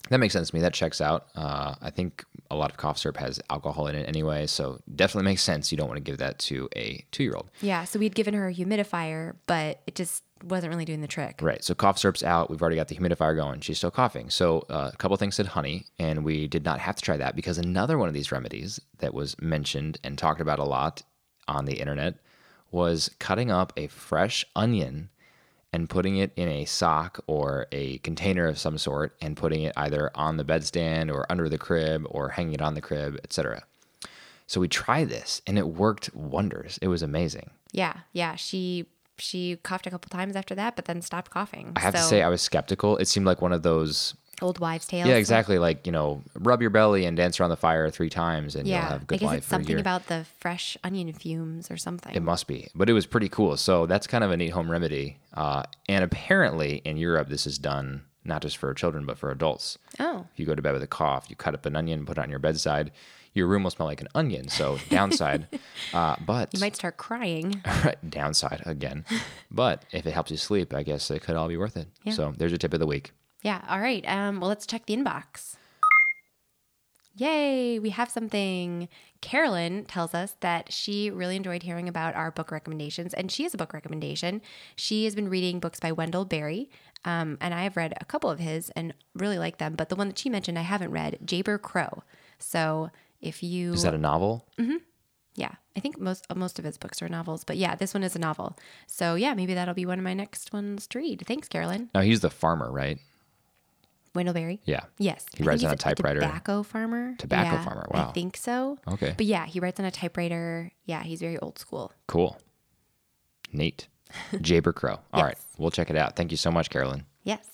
Speaker 1: that makes sense to me. That checks out. Uh, I think a lot of cough syrup has alcohol in it anyway, so definitely makes sense. You don't want to give that to a two-year-old.
Speaker 2: Yeah. So we'd given her a humidifier, but it just wasn't really doing the trick.
Speaker 1: Right. So cough syrup's out. We've already got the humidifier going. She's still coughing. So uh, a couple things said honey, and we did not have to try that because another one of these remedies that was mentioned and talked about a lot on the internet was cutting up a fresh onion and putting it in a sock or a container of some sort and putting it either on the bedstand or under the crib or hanging it on the crib, etc. So we tried this and it worked wonders. It was amazing.
Speaker 2: Yeah. Yeah. She she coughed a couple times after that, but then stopped coughing.
Speaker 1: I have to
Speaker 2: So,
Speaker 1: say I was skeptical. It seemed like one of those
Speaker 2: old wives' tales.
Speaker 1: Yeah, exactly. Like, you know, rub your belly and dance around the fire three times and
Speaker 2: Yeah.
Speaker 1: you'll have a good
Speaker 2: I guess
Speaker 1: life
Speaker 2: it's
Speaker 1: for a
Speaker 2: something
Speaker 1: year.
Speaker 2: about the fresh onion fumes or something.
Speaker 1: It must be, but it was pretty cool. So that's kind of a neat home remedy. Uh, and apparently in Europe, this is done not just for children, but for adults.
Speaker 3: Oh.
Speaker 1: If you go to bed with a cough, you cut up an onion, put it on your bedside. Your room will smell like an onion. So downside, uh, but
Speaker 2: you might start crying.
Speaker 1: downside again. But if it helps you sleep, I guess it could all be worth it. So there's your tip of the week.
Speaker 2: Yeah. All right. Um, well, let's check the inbox. Yay, we have something. Carolyn tells us that she really enjoyed hearing about our book recommendations, and she has a book recommendation. She has been reading books by Wendell Berry, um, and I have read a couple of his and really like them, but the one that she mentioned I haven't read, Jaber Crow. So if you.
Speaker 1: Is that a novel?
Speaker 2: yeah, I think most uh, most of his books are novels, but yeah, this one is a novel. So yeah, maybe that'll be one of my next ones to read. Thanks, Carolyn.
Speaker 1: No, he's the farmer, right?
Speaker 2: Wendell Berry.
Speaker 1: Yeah.
Speaker 2: Yes.
Speaker 1: He
Speaker 2: I think
Speaker 1: rides on
Speaker 2: he's
Speaker 1: a typewriter.
Speaker 2: Tobacco farmer.
Speaker 1: Tobacco
Speaker 2: Yeah,
Speaker 1: farmer,
Speaker 2: I
Speaker 1: wow.
Speaker 2: think so.
Speaker 1: Okay.
Speaker 2: But yeah, he writes on a typewriter. Yeah, he's very old school.
Speaker 1: Cool. Neat. Jaber Crow. All right. We'll check it out. Thank you so much, Carolyn.
Speaker 2: Yes.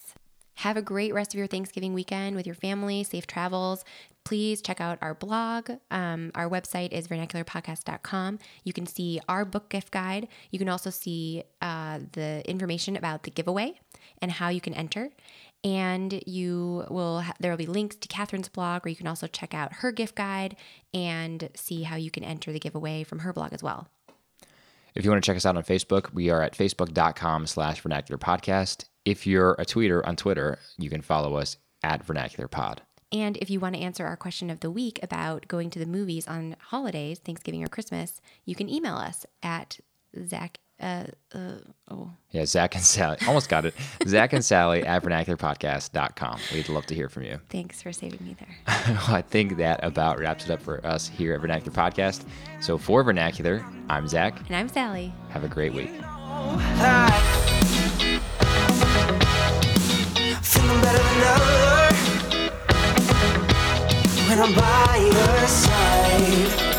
Speaker 2: Have a great rest of your Thanksgiving weekend with your family. Safe travels. Please check out our blog. Um, our website is vernacularpodcast.com. You can see our book gift guide. You can also see uh, the information about the giveaway and how you can enter. And you will ha- there will be links to Catherine's blog, where you can also check out her gift guide and see how you can enter the giveaway from her blog as well.
Speaker 1: If you want to check us out on Facebook, we are at facebook.com slash vernacular podcast. If you're a tweeter on Twitter, you can follow us at vernacular pod.
Speaker 2: And if you want to answer our question of the week about going to the movies on holidays, Thanksgiving or Christmas, you can email us at Zach. Uh, uh, oh,
Speaker 1: Yeah, Zach and Sally. Almost got it. Zach and Sally at vernacularpodcast.com. We'd love to hear from you.
Speaker 2: thanks for saving me there.
Speaker 1: I think that about wraps it up for us here at Vernacular Podcast. So for Vernacular, I'm Zach.
Speaker 2: And I'm Sally.
Speaker 1: Have a great week.
Speaker 5: Feeling better than ever when I'm by your side.